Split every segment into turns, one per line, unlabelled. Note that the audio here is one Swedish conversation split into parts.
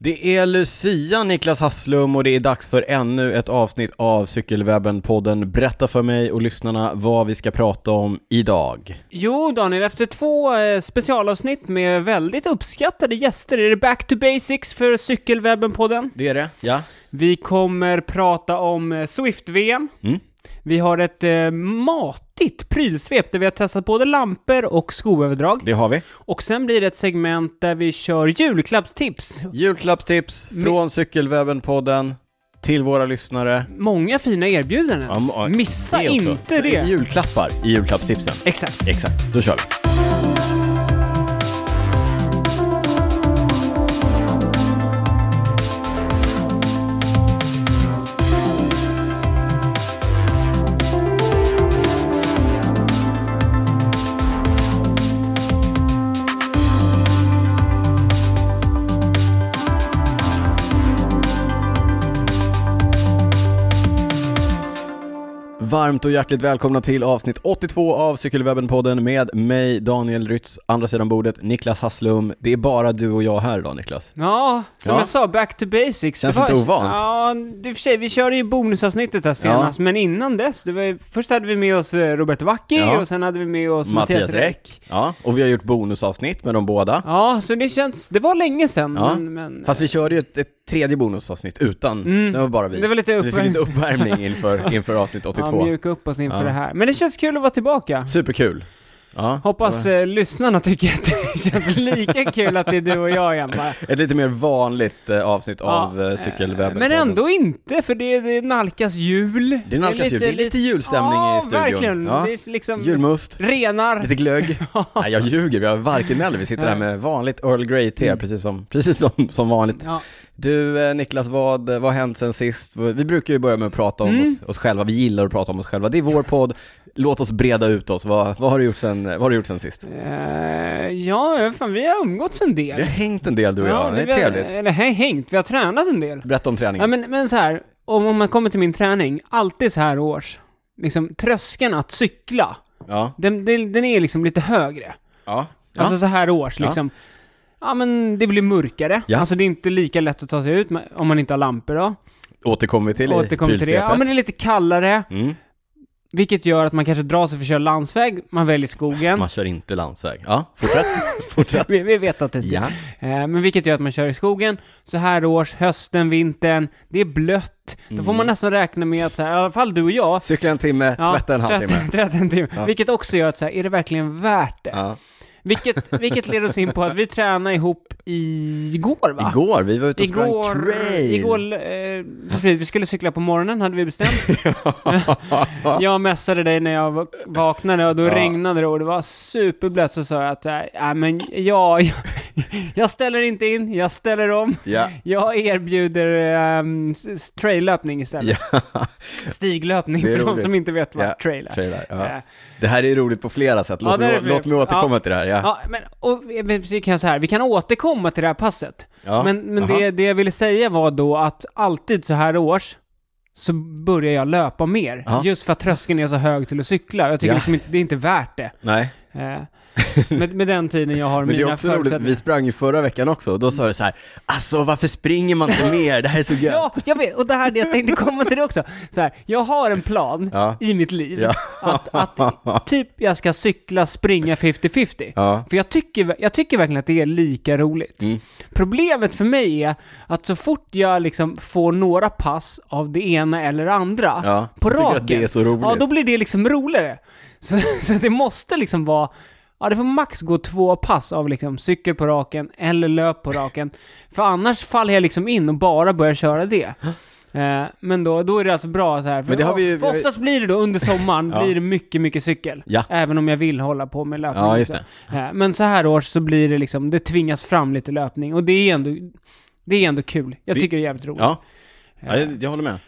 Det är Lucia, Niklas Hasslum och det är dags för ännu ett avsnitt av Cykelwebben-podden. Berätta för mig och lyssnarna vad vi ska prata om idag.
Jo, Daniel, efter två eh, specialavsnitt med väldigt uppskattade gäster är det back to basics för Cykelwebben-podden.
Det är det, ja.
Vi kommer prata om eh, Swift-VM.
Mm.
Vi har ett eh, matigt prylsvep där vi har testat både lampor och skoöverdrag.
Det har vi.
Och sen blir det ett segment där vi kör julklappstips.
Julklappstips från Cykelwebben-podden till våra lyssnare.
Många fina erbjudanden.
Ja, men-
Missa
också.
inte
Så i
det!
Julklappar i julklappstipsen.
Exakt.
Exakt, då kör vi. Varmt och hjärtligt välkomna till avsnitt 82 av Cykelwebben-podden med mig, Daniel Rytz, andra sidan bordet, Niklas Hasslum. Det är bara du och jag här idag, Niklas.
Ja, som
Ja.
jag sa, back to basics.
Känns
Det var-
inte ovant.
Ja, det i och för sig, vi körde ju bonusavsnittet här senast, men innan dess, det var, ju- först hade vi med oss eh, Robert Wacki
Ja.
och sen hade vi med oss
Mattias
Mattias,
Räck.
Räck.
Ja, och vi har gjort bonusavsnitt med dem båda.
Ja, så det känns, det var länge sedan,
Ja.
men, men
Fast vi körde ju ett, ett tredje bonusavsnitt utan, sen var det bara vi.
Mm. Det var lite
Så vi fick lite uppvärmning inför, inför avsnitt
ja,
82.
mjuka upp oss inför
Ja.
det här. Men det känns kul att vara tillbaka.
Superkul. Ja.
Hoppas eh, lyssnarna tycker att det känns lika kul att det är du och jag igen bara.
Ett lite mer vanligt eh, avsnitt
Ja,
av eh, Cykelwebben.
Men ändå inte, för det, det nalkas jul.
Det nalkas jul. Det är lite julstämning
ja,
i studion.
Verkligen.
Ja.
Det är liksom
Julmust.
renar.
Lite glögg. Nej, jag ljuger, vi har varken eller. Vi sitter här med vanligt Earl Grey-te,
Mm.
precis, som, precis som, som vanligt.
Ja.
Du eh, Niklas, vad vad har hänt sen sist? Vi brukar ju börja med att prata om
Mm.
oss, oss själva, vi gillar att prata om oss själva. Det är vår podd, låt oss breda ut oss. Vad, vad, har, du gjort sen, vad har du gjort sen sist?
Eh, ja, fan, vi har umgåtts en del.
Vi har hängt en del du och jag, det
vi
är
har-
trevligt.
Eller hej, hängt, vi har tränat en del.
Berätta om
Ja,
träningen.
men, men så här, om, om man kommer till min träning, alltid så här års, liksom tröskeln att cykla,
Ja,
den, den, den är liksom lite högre.
ja, ja.
Alltså så här års
Ja.
liksom. Ja men det blir mörkare.
Ja.
Alltså det är inte lika lätt att ta sig ut med- om man inte har lampor då.
återkommer vi till i
Återkommer till det. Ja men det är lite kallare,
mm.
vilket gör att man kanske drar sig för att köra landsväg, man väljer skogen.
Man kör inte landsväg. Ja, fortsätt. fortsätt.
Vi, vi vet att det inte
Ja.
Eh, Men vilket gör att man kör i skogen, så här års, hösten, vintern, det är blött. Då får man
Mm.
nästan räkna med att, så här, i alla fall du och jag,
Cykla en timme,
ja,
tvätta en halvtimme.
tvätt- tvätt en timme.
Ja.
Vilket också gör att, så här, är det verkligen värt det?
Ja.
Vilket, vilket leder oss in på att vi tränade ihop igår va?
Igår, vi var ute och sprang
Igår,
trail.
igår eh, precis, vi skulle cykla på morgonen hade vi bestämt. jag messade dig när jag va- vaknade och då
Ja.
regnade det och det var superblött så sa jag att, äh, äh, men jag, jag, jag ställer inte in, jag ställer om.
Ja.
Jag erbjuder ehm, s- s- traillöpning istället. Stiglöpning
Det är
för de
roligt.
som inte vet vad
Ja,
trail är.
Trailer, ja.
Eh,
Det här är roligt på flera sätt, låt,
Ja, det är
mig,
det fler-
låt mig återkomma till det här. Ja.
Ja, men och, vi- vi, vi, kan så här, vi kan återkomma till det här passet.
Ja.
Men, men
Aha.
det, det jag ville säga var då att alltid så här års så börjar jag löpa mer.
Ja.
Just för att tröskeln är så hög till att cykla. Jag tycker
Ja.
liksom inte, det är inte värt det.
Nej,
Eh, med, med den tiden jag har
men det är
mina
också roligt,
förutsättningar.
vi sprang ju förra veckan också och då sa du så här, alltså varför springer man inte mer? Det här är så gött.
Ja, jag vet. Och det här är det jag tänkte komma till det också. Så här, jag har en plan
Ja.
i mitt liv.
Ja.
Att, att typ jag ska cykla, springa 50-50.
Ja.
För jag tycker, jag tycker verkligen att det är lika roligt. Problemet för mig är att så fort jag liksom får några pass av det ena eller det andra
Ja, så
på
tycker du att
raken,
det är så roligt.
ja, då blir det liksom roligare. Så, så det måste liksom vara Ja, det får max gå två pass av liksom cykel på raken eller löp på raken. För annars faller jag liksom in och bara börjar köra det. Eh, men då, då är det alltså bra så här. För,
Men det har vi ju-
för
vi har ju-
oftast blir det då under sommaren,
Ja.
blir det mycket, mycket cykel.
Ja.
Även om jag vill hålla på med löpning.
Ja, just
också. Eh, Men så här års så blir det liksom, det tvingas fram lite löpning och det är ändå, det är ändå kul. Jag
Vi-
tycker det är jävligt roligt.
Ja, ja jag, jag håller med.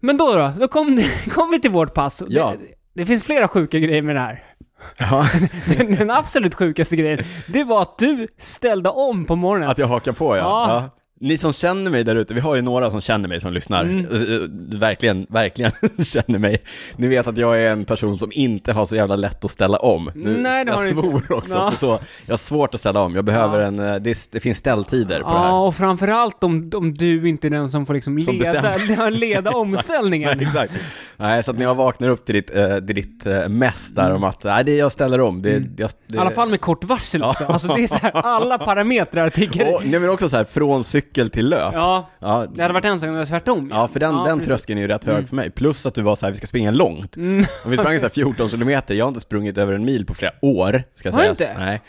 Men då då, då kom, det- kom vi till vårt pass.
Ja.
Det, det finns flera sjuka grejer med det här.
Ja,
Den, den absolut sjukaste grejen, det var att du ställde om på morgonen.
att jag hakar på ja.
Ja.
ja. Ni som känner mig där ute, vi har ju några som känner mig som lyssnar.
Mm.
Eh, Verkligen, verkligen känner mig. Ni vet att jag är en person som inte har så jävla lätt att ställa om. Nu,
Nej, det
jag
har du
svor
inte.
också,
Ja.
för så, jag har svårt att ställa om. Jag behöver en, eh, det, är- det finns ställtider på det här.
Ja, och framförallt om, om du inte är den som får liksom
Som
leda,
bestämmer.
leda omställningen.
Nej, exakt. Nej, så att när jag vaknar upp till ditt, eh, till ditt eh, mess där om att, nej, det jag ställer om. Det, jag, det,
I Mm. alla fall med kort varsel också. Alltså det är så här, alla parametrar tickar
Och, nej, men också så här, från cykel till löp.
Ja,
Ja,
det hade varit hemskt om det var tvärtom.
Ja, för den,
Ja,
den
precis. Mm.
tröskeln är ju rätt hög för mig. Plus att du var så här, vi ska springa långt. Och vi sprang så här 14 kilometer, jag har inte sprungit över en mil på flera år, ska
Har du
sägas.
inte?
Nej.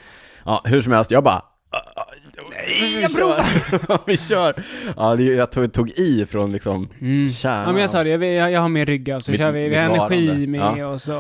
Ja, hur som helst, jag bara... "Ah, Nej,
jag
vi kör! Ja, det, jag tog, tog i från liksom kärnan.
Mm. Ja men jag sa det, jag, jag, jag har mer rygga så
Mitt-
kör vi, vi
mitt
har energi
varande.
med
Ja.
och så...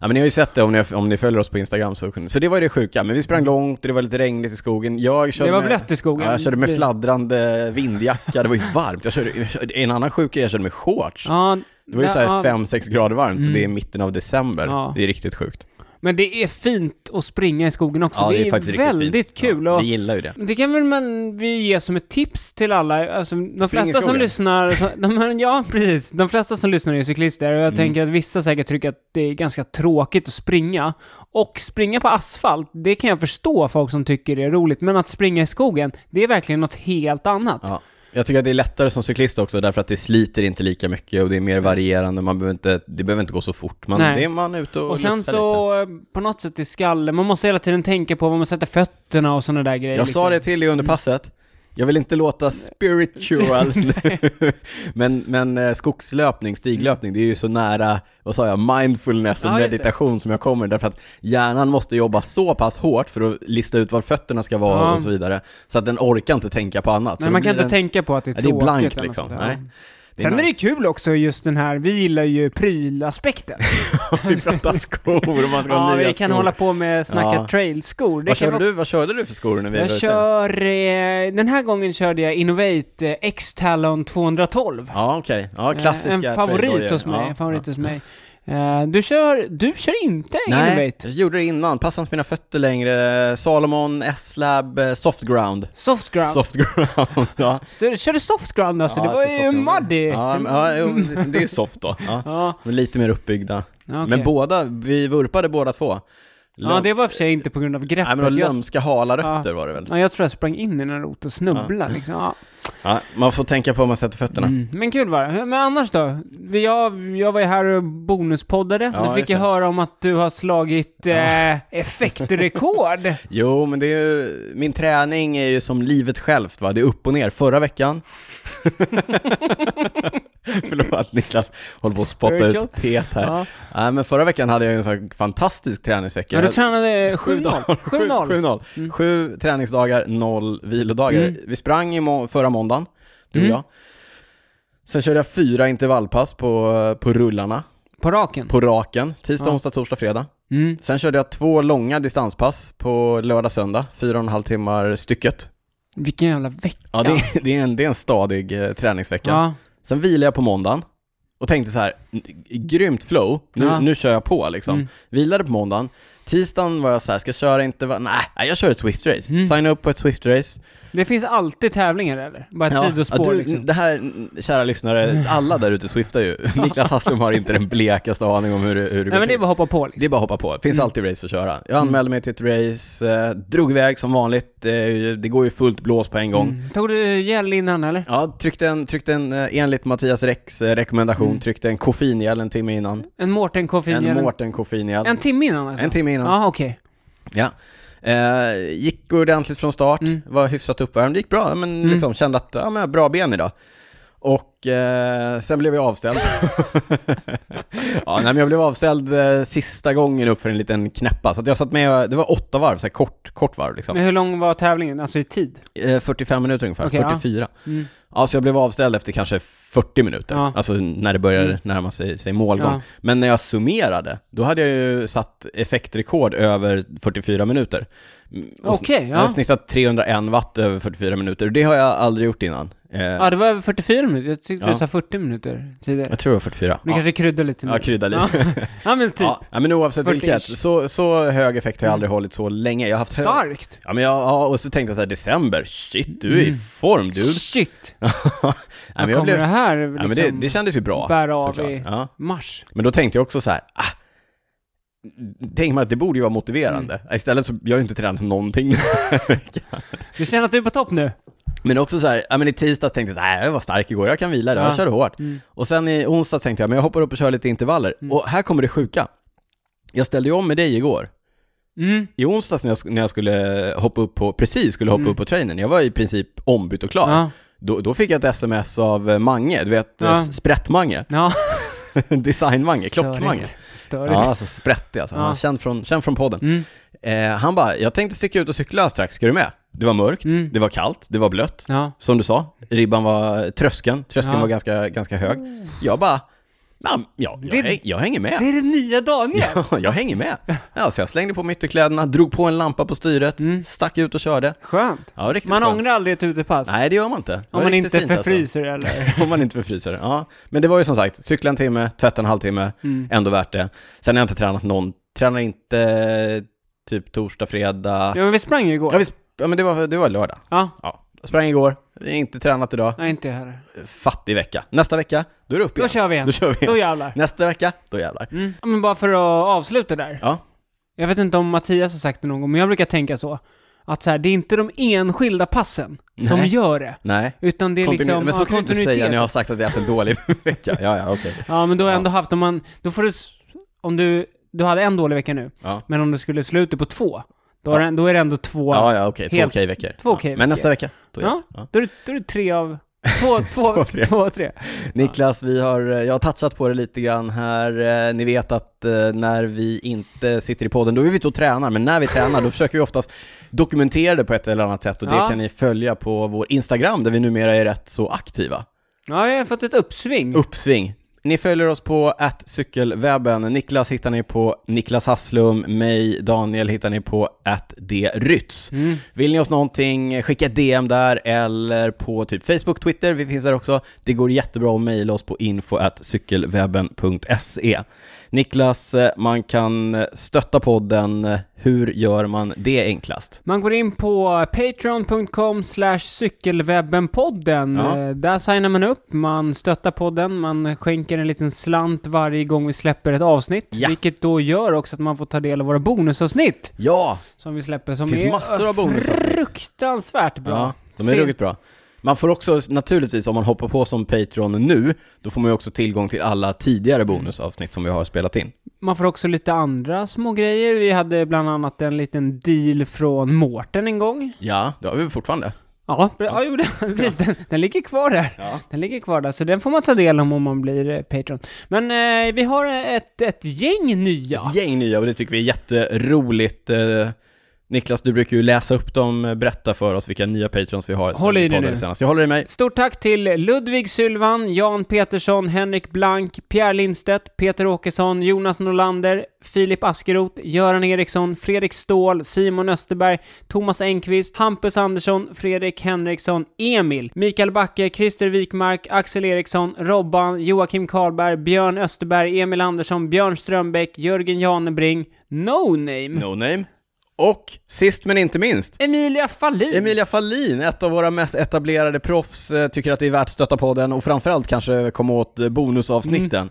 Ja, men ni har ju sett det om ni, om ni följer oss på Instagram så, kunde- så det var ju det sjuka, men vi sprang långt och det var lite regnigt i skogen. Jag körde
Mm. Det var
med-
blött i skogen.
Ja, jag körde med
Det-
fladdrande vindjacka, det var ju varmt. Jag körde, jag körde, en annan sjuk grej, jag körde med shorts.
Ja,
Det var ju
ja,
såhär 5-6 grader varmt och
Mm.
det är mitten av december.
Ja.
Det är riktigt sjukt.
Men det är fint att springa i skogen också. det, är, väldigt
riktigt fint.
kul.
Ja,
och
vi gillar ju det.
Det kan väl man, vi ge som ett tips till alla. Alltså, de
Spring i
flesta som
skogen.
lyssnar, så- de, men ja precis, de flesta som lyssnar är cyklister och jag
Mm.
tänker att vissa säkert tycker att det är ganska tråkigt att springa. Och springa på asfalt, det kan jag förstå folk som tycker det är roligt, men att springa i skogen, det är verkligen något helt annat.
Ja. Jag tycker att det är lättare som cyklist också därför att det sliter inte lika mycket och det är mer varierande. Man behöver inte, det behöver inte gå så fort. Man,
Nej.
det är man ute och,
Och sen
luftar
så, eh, på något sätt i skallen, man måste hela tiden tänka på var man sätter fötterna och sådana där grejer.
lite. Jag sa
liksom.
det till dig under passet. Jag vill inte låta spiritual, men, men eh, skogslöpning, stiglöpning, det är ju så nära, vad sa jag, mindfulness och
Ja, just det.
meditation som jag kommer. Därför att hjärnan måste jobba så pass hårt för att lista ut var fötterna ska vara
Ja.
och så vidare. Så att den orkar inte tänka på annat.
Men man kan inte tänka på att det är
Ja,
tråkigt.
det är blankt
eller något
liksom.
sånt där.
Nej.
Sen är det
nice.
kul också just den här, vi gillar ju prylaspekten.
Vi pratar skor och man ska ha
Ja,
nya
vi kan
skor.
hålla på med snacka
Ja.
trailskor. Det
vad,
kan
körde
också...
du, vad körde du för skor när vi var
Jag
ute?
kör, eh, den här gången körde jag Innovate eh, X-Talon 212.
Ja, okej. Ja, klassiska
Eh, en favorit
trailblöjor.
hos mig.
Ja,
favorit
ja.
hos mig. Eh, du, kör, du kör inte
Nej,
Innovate?
jag gjorde det innan. Passade inte mina fötter längre. Salomon, S-Lab, eh, Softground.
Softground?
Softground, ja.
Så, du körde softground alltså? det
Ja,
var
så
ju
softground.
muddy.
Ja, men- ja, jo, det- det är ju soft då. Ja.
Ja,
Men lite mer uppbyggda.
okej.
Men båda, vi vurpade båda två. Löm,
ja, det var i och för sig inte på grund av
Nej,
greppet.
men de
jag,
lömska hala rötter var det väl?
ja, jag tror jag sprang in i en rot och snubblade liksom. Ja.
Ja, man får tänka på hur man sätter fötterna.
Mm, men kul var det. Men annars då? Vi- Jag, jag var ju här och bonuspoddade.
Ja,
nu fick
just
jag
det.
höra om att du har slagit eh, effektrekord.
Jo, men det är ju, min träning är ju som livet självt va, det är upp och ner. Förra veckan... Förlåt Niklas, håller på att spotta
Spiritual.
ut teet här.
ja.
Nej, men förra veckan hade jag ju en sån här fantastisk träningsvecka.
Men du
Jag-
tränade 7-0. 7-0.
7-0. Sju träningsdagar, noll vilodagar.
Mm.
Vi sprang i må- förra måndagen, du och
Mm.
jag. Sen körde jag fyra intervallpass på, på rullarna,
På raken.
på raken, tisdag,
Ja.
onsdag, torsdag, fredag.
Mm.
Sen körde jag två långa distanspass på lördag, söndag, fyra och en halv timmar stycket.
Vilken jävla vecka.
Ja, det, är- det, är, en, det är en stadig eh, träningsvecka.
Ja.
Sen vilade jag på måndagen och tänkte så här, n- grymt flow, nu,
Ja.
nu kör jag på liksom.
Mm.
Vilade på måndagen, tisdagen var jag så här, ska jag köra inte, va- nej, nej, jag kör ett Swift-race.
Mm.
Signa upp på ett Swift-race.
Det finns alltid tävlingar eller? Bara ett sidospår
du,
liksom.
Det här, n- kära lyssnare, alla där ute swiftar ju. Niklas Hasslum har inte den blekaste aning om hur, det- hur det
Nej
går
men det är
till.
bara Mm. att hoppa på liksom.
Det är bara att hoppa på, det finns alltid race att köra. Jag anmälde mig till ett race, eh, drog iväg som vanligt, eh, det går ju fullt blås på en gång.
Mm. Tog du gel innan eller?
Ja, tryckte en, tryckte en, eh, enligt Mattias Rex eh, rekommendation,
Mm.
tryckte en koffeingel en timme innan.
En Mårten koffein
En
gel?
Mårten koffeingel.
En
En,
timme innan alltså?
timme innan.
Ja, okej.
Ja. Eh, gick ordentligt från start,
Mm.
var hyfsat uppvärmd, gick bra, men
Mm.
liksom kände att, ja men jag har bra ben idag. Och eh, sen blev jag avställd. ja, nej, men jag blev avställd eh, sista gången upp för en liten knäppa, så att jag satt med, det var åtta varv, så här kort, kort varv liksom.
Men hur lång var tävlingen? Alltså i tid?
Eh, 45 minuter ungefär,
Okej, ja.
44.
Mm.
Ja, så jag blev avställd efter kanske 40 minuter,
Ja.
alltså när det började
Mm.
närma sig, sig målgång.
Ja.
Men när jag summerade, då hade jag ju satt effektrekord över 44 minuter. Mm, och sn-
Okej, ja.
Jag har snittat 301 watt över 44 minuter, och det har jag aldrig gjort innan. Eh,
Ja, det var över 44 minuter. Jag tyckte
Ja.
du sa 40 minuter tidigare.
Jag tror det var 44.
Du
Ja.
kanske kryddar lite nu.
Ja, krydda lite.
Ja, men typ. Mm.
Ja, ja, men oavsett
40-ish.
vilket, så, så hög effekt har jag aldrig hållit så länge. Jag har haft hö-
Starkt.
Ja, men jag, ja, och så tänkte jag så här, december, shit, du är i form du.
Shit.
Nej, men
Vad
jag
Mm. kommer
blev,
det
ja,
här liksom...
men det, det kändes ju bra.
bära av
såklart.
i-
Ja.
Mars.
Men då tänkte jag också så här, ah, tänk mig att det borde ju vara motiverande.
Mm.
Istället så, jag har ju inte tränat någonting.
Du känner att du är på topp nu?
men också så här, ja, men i tisdags tänkte jag så här, "Nej, jag var stark igår, jag kan vila idag, jag
Ja.
körde hårt.
Mm.
Och sen i onsdag tänkte jag, men jag hoppar upp och kör lite intervaller. Och här kommer det sjuka. Jag ställde ju om med dig igår.
Mm.
I onsdags när jag, sk- när jag skulle hoppa upp på, precis skulle hoppa upp på trainen, jag var i princip ombytt och klar.
Mm. Ja.
Då, då fick jag ett sms av eh, Mange, du vet,
Ja.
ja. sprätt-Mange.
Ja.
Design-Mange, klock-Mange.
Störigt. Störigt.
Ja, alltså sprättig alltså. Han
Ja.
är känd från, känd från podden.
Mm.
Eh, han bara, jag tänkte sticka ut och cykla strax, ska du med? Det var mörkt,
Mm.
det var kallt, det var blött.
Ja.
Som du sa, ribban var, tröskeln, tröskeln
Ja.
var ganska, ganska hög. Jag bara, "Ja, ja, jag,
Det-
häng- jag hänger med.
Det är det nya Daniel.
Ja, jag hänger med. Ja, så jag slängde på mig ytterkläderna, drog på en lampa på styret, stack ut och körde.
Skönt.
Ja, riktigt
Mm. Man
skönt.
ångrar aldrig ett utepass.
Nej, det gör man inte. Det var
om man
riktigt
inte
fint, alltså.
förfryser eller...
Om man inte förfryser. Ja. Men det var ju som sagt, cykla en timme, tvätta en halvtimme,
Mm.
ändå värt det. Sen har jag inte tränat någon, tränar inte eh, typ torsdag, fredag.
Ja, men vi sprang ju igår.
Ja, vi, sp- ja men det var, det var lördag.
Ja.
Ja. Jag sprang igår, inte tränat idag,
Nej, inte jag heller.
fattig vecka. Nästa vecka, då är det upp
Då
igen.
kör vi igen.
Då kör vi
Då
igen.
jävlar.
Nästa vecka, då jävlar.
Mm. Ja, Men bara för att avsluta där.
Ja.
Jag vet inte om Mattias har sagt det någon gång, men jag brukar tänka så. Att så här, det är inte de enskilda passen som
Nej.
gör det.
Nej.
Utan det är
Kontinu-
liksom
men så
ja,
kan du inte säga när jag har sagt att jag har haft en dålig vecka. Ja, ja, okej.
Ja, men du har ändå haft, om man, då får du, s- om du, du hade en dålig vecka nu,
Ja,
men om du skulle sluta på två, då, har du- då är det ändå två,
ja, ja okej. Två
Helt-
okej veckor.
två okej
ja.
veckor.
Men nästa vecka, då
Ja.
ja. Ja.
då är det, då är det tre av, två, två, två,
Två,
tre.
tre.
två, tre.
Niklas, vi har, eh, jag har touchat på det lite grann här. Eh, Ni vet att eh, när vi inte sitter i podden, då är vi ute och tränar, men när vi tränar då försöker vi oftast dokumentera det på ett eller annat sätt och det
Ja.
kan ni följa på vår Instagram där vi numera är rätt så aktiva.
Ja, jag har fått ett uppsving.
Uppsving. Ni följer oss på cykelwebben. Niklas hittar ni på Niklas Hasslum, mig, Daniel hittar ni på @drytz.
Mm.
Vill ni oss någonting, skicka ett DM där eller på typ Facebook, Twitter, vi finns där också. Det går jättebra att mejla oss på info.cykelwebben.se. Niklas, eh, man kan stötta podden. Hur gör man det enklast?
Man går in på patreon.com slash cykelwebbenpodden.
Ja.
Eh, Där signar man upp, man stöttar podden, man skänker en liten slant varje gång vi släpper ett avsnitt.
Ja.
Vilket då gör också att man får ta del av våra bonusavsnitt
Ja,
som vi släpper. Som
det finns
är
massor av bonusar.
fruktansvärt bra.
Ja, de är
Se-
ruggigt bra. Man får också naturligtvis, om man hoppar på som Patreon nu, då får man ju också tillgång till alla tidigare bonusavsnitt som vi har spelat in.
Man får också lite andra små grejer. Vi hade bland annat en liten deal från Mårten en gång.
Ja, det har vi fortfarande.
Ja, bra. ja. jo, den, precis, den, den ligger kvar där.
Ja.
Den ligger kvar där, så den får man ta del om om man blir eh, Patreon. Men eh, vi har ett, ett gäng nya.
Ett gäng nya och det tycker vi är jätteroligt. Eh, Niklas, du brukar ju läsa upp dem, eh, berätta för oss vilka nya Patrons vi har. sen
Håll i
vi
dig
poddade
nu.
Senast. Jag håller i mig.
Stort tack till Ludvig Sylvan, Jan Petersson, Henrik Blank, Pierre Lindstedt, Peter Åkesson, Jonas Norlander, Filip Askeroth, Göran Eriksson, Fredrik Ståhl, Simon Österberg, Thomas Engqvist, Hampus Andersson, Fredrik Henriksson, Emil, Mikael Backe, Christer Wikmark, Axel Eriksson, Robban, Joakim Karlberg, Björn Österberg, Emil Andersson, Björn Strömbäck, Jörgen Janebring, No Name,
No name. Och sist men inte minst,
Emilia Fahlin.
Emilia Fallin, ett av våra mest etablerade proffs, eh, tycker att det är värt att stötta podden och framförallt kanske komma åt eh, bonusavsnitten.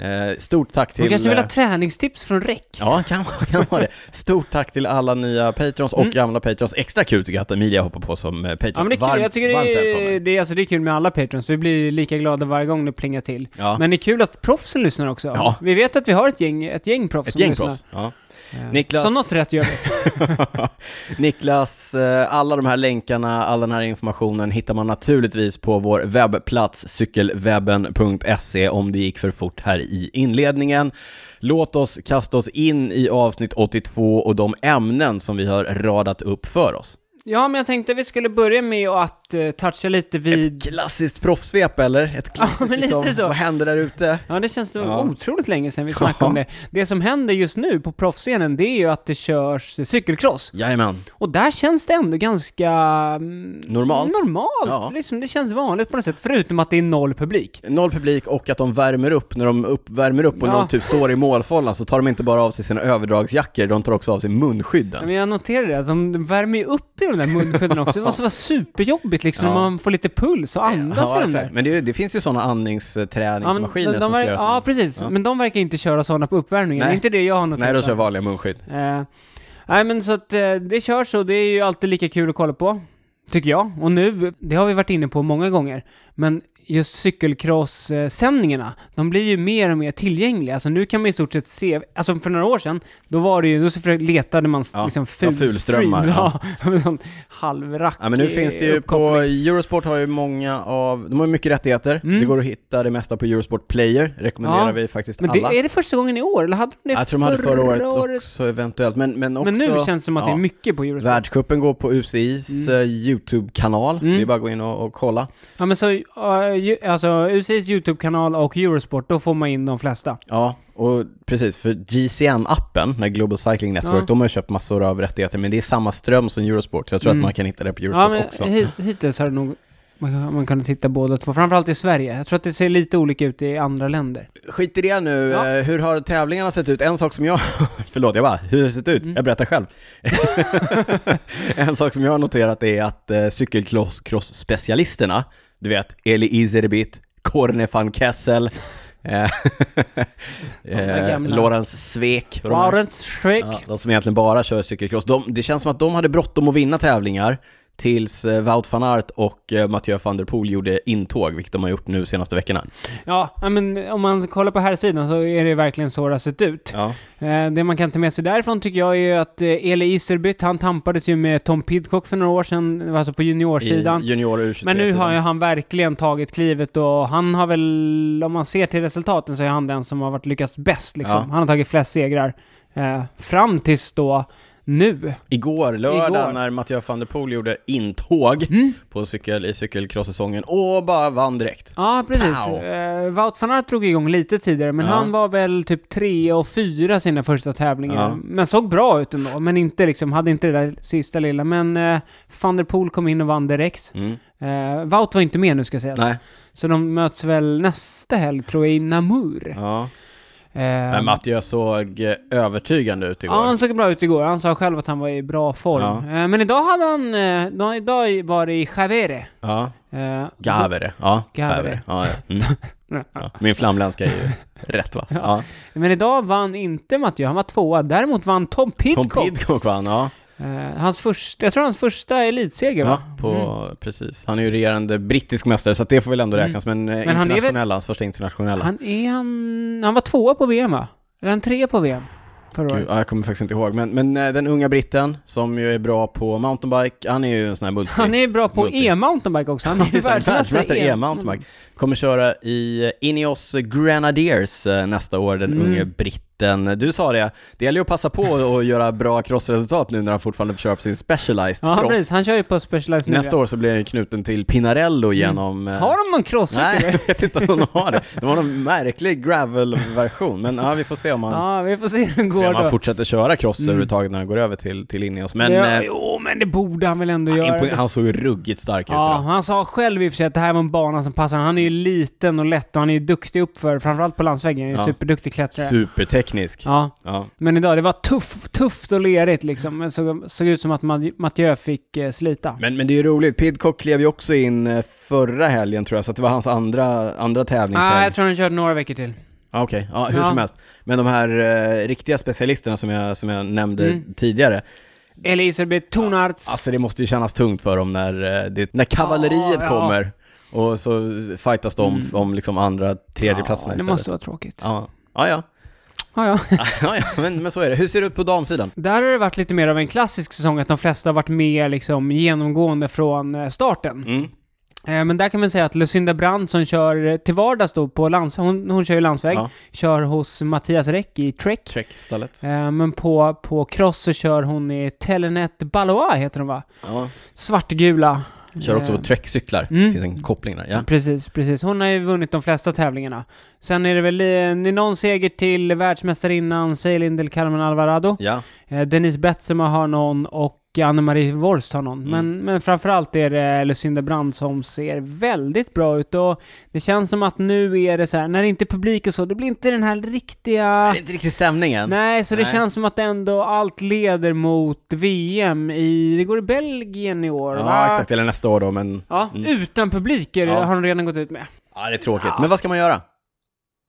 Eh, Stort tack till...
Hon kanske vill
eh,
ha träningstips från REC.
Ja, kan, kan vara det. Stort tack till alla nya patrons och gamla patrons. Extra kul tycker jag att Emilia hoppar på som eh, patron.
Mm. Ja men det är kul,
Varmt-
jag tycker
varmt
det är,
välkommen.
det, är, alltså, det är kul med alla patrons, vi blir lika glada varje gång det plingar till.
Ja.
Men det är kul att proffsen lyssnar också.
Ja.
Vi vet att vi har ett gäng, ett gäng proffs
Ett
som
gäng
lyssnar.
proffs. Ja.
Ja.
Niklas-
Så eh, något rätt gör vi.
Niklas, eh, alla de här länkarna, all den här informationen hittar man naturligtvis på vår webbplats cykelwebben.se om det gick för fort här i inledningen. Låt oss kasta oss in i avsnitt 82 och de ämnen som vi har radat upp för oss.
Ja, men jag tänkte vi skulle börja med att snabbt eh, toucha lite vid...
Klassiskt proffssvep eller? Ett klassiskt
men lite
liksom,
så.
vad händer där ute?
Ja, det känns
Ja.
ja. otroligt länge sedan vi snackade om
Ja.
det. Det som händer just nu på proffsscenen, det är ju att det körs eh, cykelcross.
Jajamän.
Och där känns det ändå ganska... mm,
Normalt.
Normalt.
Ja.
Liksom, det känns vanligt på något sätt, förutom att det är noll publik.
Noll publik och att de värmer upp när de upp, värmer upp och
Ja.
när de typ står i målfållan så tar de inte bara av sig sina överdragsjackor, de tar också av sig munskydden.
Men jag noterade det, att de de värmer ju upp i de där munskydden också. Det måste vara superjobbigt liksom,
Ja.
man får lite puls och andas i de
exakt.
där.
Men det, är ju- det finns ju sådana
Ja, men
andningsträningsmaskiner
de, de
som
verkar-
ska göra att
ja,
man-
precis.
Ja.
Men de verkar inte köra sådana på uppvärmningen.
Nej.
Det är inte det jag har noterat.
Nej, de kör vanliga munskydd.
Eh, nej men så att eh, det körs och det är ju alltid lika kul att kolla på. Tycker jag. Och nu, det har vi varit inne på många gånger, men just cykelcross-sändningarna, de blir ju mer och mer tillgängliga. Alltså nu kan man i stort sett se, alltså för några år sedan, då var det ju, då så försökte- letade man
Ja,
liksom
ja, fulströmmar,
stream. Ja, någon halvrack
Ja, men nu finns det ju på,
uppkoppling.
Eurosport har ju många av, de har ju mycket rättigheter.
Mm.
Det går att hitta det mesta på Eurosport Player, rekommenderar
Ja.
vi faktiskt
Men
alla.
det, är det första gången i år? Eller hade de det
jag tror de hade förra året, också eventuellt, men, men också...
Men nu känns det som att det
ja.
är mycket på Eurosport.
Världscupen går på UCIs eh, YouTube-kanal,
Mm.
det är bara att gå in och, och kolla.
Ja men så, eh, ju- alltså UCs YouTube-kanal och Eurosport, då får man in de flesta.
Ja, och precis, för GCN-appen, när Global Cycling Network,
Ja.
de har ju köpt massor av rättigheter, men det är samma ström som Eurosport, så jag tror
Mm.
att man kan hitta det på Eurosport
ja men
också.
hit, hittills har det nog, man, man kan titta båda två, framförallt i Sverige. Jag tror att det ser lite olika ut i andra länder.
Skit i det nu,
Ja.
Eh, hur har tävlingarna sett ut? En sak som jag, förlåt jag bara, hur har det sett ut?
Mm.
Jag berättar själv. en sak som jag har noterat är att eh, cykelcross-specialisterna, du vet, Eli Iserbit, Corne van Kessel, eh,
där
eh,
gamla.
Lorenz Svek, och de här-
Barents Schreck.
ja, de som egentligen bara kör cykelcross. De, det känns som att de hade bråttom att vinna tävlingar tills eh, Wout van Aert och eh, Mathieu van der Poel gjorde intåg, vilket de har gjort nu senaste veckorna.
Ja. ja, men om man kollar på här sidan så är det verkligen så det har sett ut.
Ja.
Eh, det man kan ta med sig därifrån tycker jag är ju att eh, Eli Iserbyt, han tampades ju med Tom Pidcock för några år sedan, det var alltså på juniorsidan.
Junior U23
Men nu har
sidan.
ju han verkligen tagit klivet och han har väl, om man ser till resultaten så är han den som har varit lyckats bäst liksom.
Ja.
Han har tagit flest segrar. Eh, fram tills då nu.
Igår, lördag,
Igår. Mm.
när Mattias van der Poel gjorde intåg på cykel, i cykelcross-säsongen och bara vann direkt.
Ja, precis.
Pow.
Eh, Wout van Aert drog igång lite tidigare, men
Ja.
han var väl typ tre och fyra sina första tävlingar.
Ja.
Men såg bra ut ändå, men inte liksom, hade inte det där sista lilla. Men eh, van der Poel kom in och vann direkt.
Mm.
Eh, Wout var inte med nu ska sägas.
Nej.
Så de möts väl nästa helg tror jag i Namur.
Ja.
Eh,
Men Mattias såg eh, övertygande ut igår.
Ja, han såg bra ut igår. Han sa själv att han var i bra form.
Ja.
Eh, Men idag hade han... eh, då- Idag var det i Javere.
Ja.
Eh,
Gavere. Ja,
Gavere.
Gavere. Ja, ja. Mm.
då- eh,
ja. Min flamländska är ju rätt vass. Ja.
Men idag vann inte Mathieu, han var tvåa. Däremot vann Tom
Tom
Pidcock.
Pidcock vann, ja.
Eh, hans första, jag tror hans första elitseger
ja
va?
på,
Mm.
Precis. Han är ju regerande brittisk mästare, så att det får väl ändå räknas. Men, eh,
Men han är väl-
internationella, hans första internationella.
Han, är han, han var tvåa på VM va? Eller han trea på VM? Förra
Gud,
året.
ja, jag kommer faktiskt inte ihåg, men, men eh, den unga britten som ju är bra på mountainbike, han är ju en sån här multi.
Han är bra på
Multi.
e-mountainbike också. Han är ju
Just det,
världsmästare
världsmästare
i Mm.
i mountainbike. Kommer köra i eh, Ineos Grenadiers eh, nästa år, den
Mm.
unge britten. Du sa det, det gäller ju att passa på och göra bra crossresultat nu när han fortfarande får köra på sin specialized
Ja,
cross.
precis. Han kör ju på Specialized nu.
Nästa år så blir han ju knuten till Pinarello genom... eh,
Mm. Har de någon
Nej,
crosscykel?
jag vet inte om de har det. De har någon märklig gravel-version, men ja, vi får se om han,
Ja, vi får se hur det
se
går
om han
då.
fortsätter köra cross
Mm.
överhuvudtaget när han går över till, till Ineos. Men
ja,
eh,
jo, men det borde han väl ändå
han,
göra.
impone- han såg ju ruggigt stark ut
Ja,
idag.
han sa själv i och för sig att det här var en bana som passade. Han är ju liten och lätt och han är ju duktig uppför, framförallt på landsvägen. Han är ju
Ja.
superduktig klättrare.
Superteknisk.
Ja,
Ja.
men idag, det var tuff, tufft och lerigt liksom. Det såg, såg ut som att Mat- Mathieu fick eh, slita.
Men, men det är ju roligt, Pidcock klev ju också in eh, förra helgen tror jag, så att det var hans andra, andra tävlingshelg.
ah, jag tror han körde några veckor till.
ah, Okej, ja, hur
Ja.
som helst. Men de här eh, riktiga specialisterna som jag, som jag nämnde
Mm.
tidigare,
Elisabeth Tonarts.
alltså det måste ju kännas tungt för dem när, eh, det, när kavalleriet
Ja, ja.
kommer och så fightas de
Mm.
om liksom andra, tredjeplatserna
ja, Det
istället.
måste vara tråkigt. Ja.
Ja, ja. ja.
Ja,
ja, ja. Men, men så är det. Hur ser det ut på damsidan?
Där har det varit lite mer av en klassisk säsong, att de flesta har varit med liksom genomgående från eh, starten.
Mm.
Eh, Men där kan man säga att Lucinda Brandt som kör eh, till vardags då på lands... Hon, hon kör ju landsväg.
Ja.
Kör hos Mattias Räck i Trek.
Trek-stallet.
Eh, Men på, på cross så kör hon i Telenet Balois heter hon va?
Ja.
Svartgula.
Kör också på
Eh,
trackcyklar.
Mm.
Finns en koppling där. Ja.
Precis, precis. Hon har ju vunnit de flesta tävlingarna. Sen är det väl eh, någon seger till världsmästarinnan Ceylin del Carmen Alvarado.
Ja.
Eh, Denise Betsema har någon och Anne-Marie Worst har någon.
Mm.
Men, men framförallt är det Lucinda Brand som ser väldigt bra ut och det känns som att nu är det så här, när det inte är publik och så, det blir inte den här riktiga...
Det är inte riktigt stämningen.
Ah. Nej, så det
Nej.
känns som att ändå allt leder mot VM i... Det går i Belgien i år, va?
Ja, exakt. Eller nästa år då, men...
Ja, utan publik är det,
Ja.
har de redan gått ut med.
Ja, det är tråkigt. Men vad ska man göra?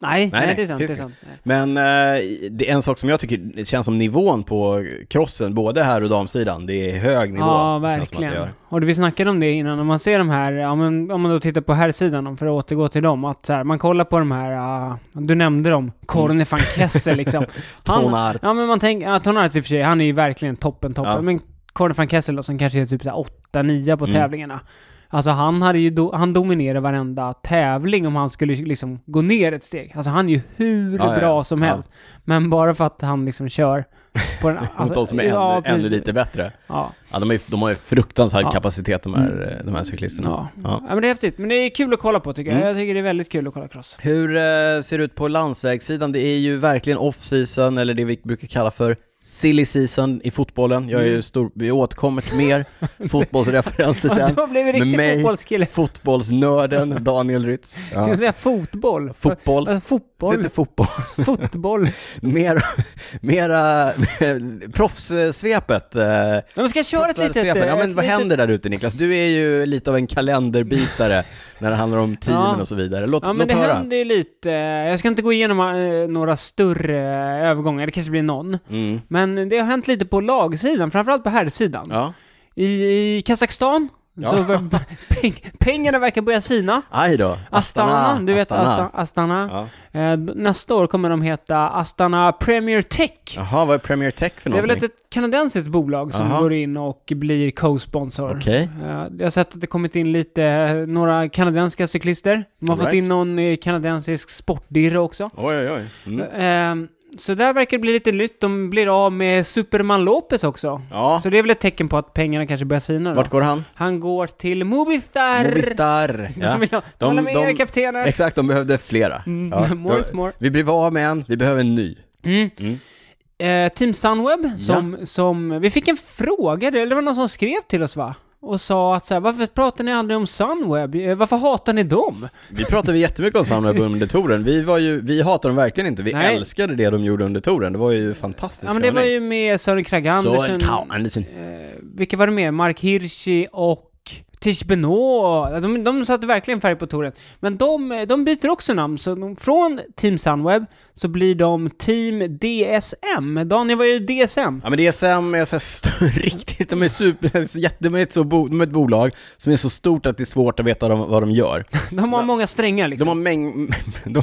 Nej, nej,
nej,
det är sant. Det
finns
är
inget.
sant. Nej.
Men eh, det är en sak som jag tycker det känns som nivån på crossen, både här och damsidan, det är hög nivå.
Ja,
känns som att det
verkligen.
gör.
Och det- vi snackade om det innan, om man ser de här, ja, men, om man då tittar på här sidan om, för att återgå till dem, att så här, man kollar på de här, ah, du nämnde dem, Corne van Kessel liksom.
Tonarts.
Ja men man tänker, ja Tonarts i och för sig, han är ju verkligen toppen, toppen.
Ja.
Men Corne van Kessel då, som kanske är typ 8-9 på
Mm.
tävlingarna. Alltså han hade ju, do, han dominerar varenda tävling om han skulle liksom gå ner ett steg. Alltså han är ju hur
Ja, ja,
bra
ja.
som helst. Men bara för att han liksom kör på den... alltså,
Mot de som är
ja,
ännu, ännu
precis.
lite bättre.
Ja.
Ja, de, är, de har ju fruktansvärd
Ja. Mm.
kapacitet de här, de här cyklisterna.
Ja. ja, men det är häftigt. Men det är kul att kolla på tycker jag.
Mm.
Jag tycker det är väldigt kul att kolla cross.
Hur eh, ser det ut på landsvägssidan? Det är ju verkligen off-season, eller det vi brukar kalla för silly season i fotbollen. Jag är
Mm.
ju stor, vi återkommer till mer fotbollsreferenser
Ja,
sen.
då blev vi riktigt
mig-
fotbollskille.
Fotbollsnörden Daniel Rytz.
Jag
Ja.
ska säga fotboll.
Fotboll. Det är
Alltså, fotboll.
inte fotboll.
fotboll. Nej,
Mer, mera proffssvepet. eh,
men ska jag köra ett litet... eh,
proffslarsvepet. Ja,
ett
men vad
litet-
händer där ute Niklas? Du är ju lite av en kalenderbitare när det handlar om teamen
Ja.
och så vidare. Låt,
Ja men
låt
det
höra.
händer ju lite. Jag ska inte gå igenom eh, några större eh, övergångar, det kanske blir någon.
Mm.
Men det har hänt lite på lagsidan, framförallt på herrsidan.
Ja.
I, I Kazakstan,
Ja.
så ver- peng, pengarna verkar börja sina.
Aj då.
Astana, du vet Astana. Astana.
Ja.
Eh, d- nästa år kommer de heta Astana Premier Tech.
Jaha, vad är Premier Tech för
Det är väl
någonting?
ett ett kanadensiskt bolag som
Aha.
går in och blir co-sponsor.
Okej.
Eh, Jag har sett att det kommit in lite, eh, några kanadensiska cyklister. De har fått
Alright.
in någon eh, kanadensisk sportdirre också.
Oj, oj, oj. Mm.
Eh, Så där verkar det bli lite nytt. De blir av med Superman Lopez också.
Ja,
Så det är väl ett tecken på att pengarna kanske börjar sina då.
vart går han?
Han går till Movistar!
Movistar.
De
Ja.
vill ha, de, vill ha
de-
mer kaptener.
Exakt, de behövde flera.
Mm,
Ja.
more is more.
Vi blev av med en, vi behöver en ny.
Mm.
Mm.
Eh, Team Sunweb, som, som... Vi fick en fråga, det- eller det var någon som skrev till oss va? Och sa att så här, varför pratar ni aldrig om Sunweb? Eh, Varför hatar ni dem?
Vi pratade jättemycket om Sunweb under touren. Vi, var ju, vi hatade dem verkligen inte, vi
Nej.
älskade det de gjorde under touren. Det var ju fantastiskt.
Ja men det var ju med Sören Kragh Andersen,
Andersen. Andersen.
eh, vilka var det med? Mark Hirschi och Tish Benoit. De, de satte verkligen färg på touren. Men de, eh, de byter också namn, så de, från Team Sunweb så blir de Team DSM. Daniel var ju DSM.
Ja men DSM är så här st- riktigt, de är super, jätte, de är ett, så bo, de är ett bolag som är så stort att det är svårt att veta vad de, vad de gör.
De har många strängar liksom.
De har mäng...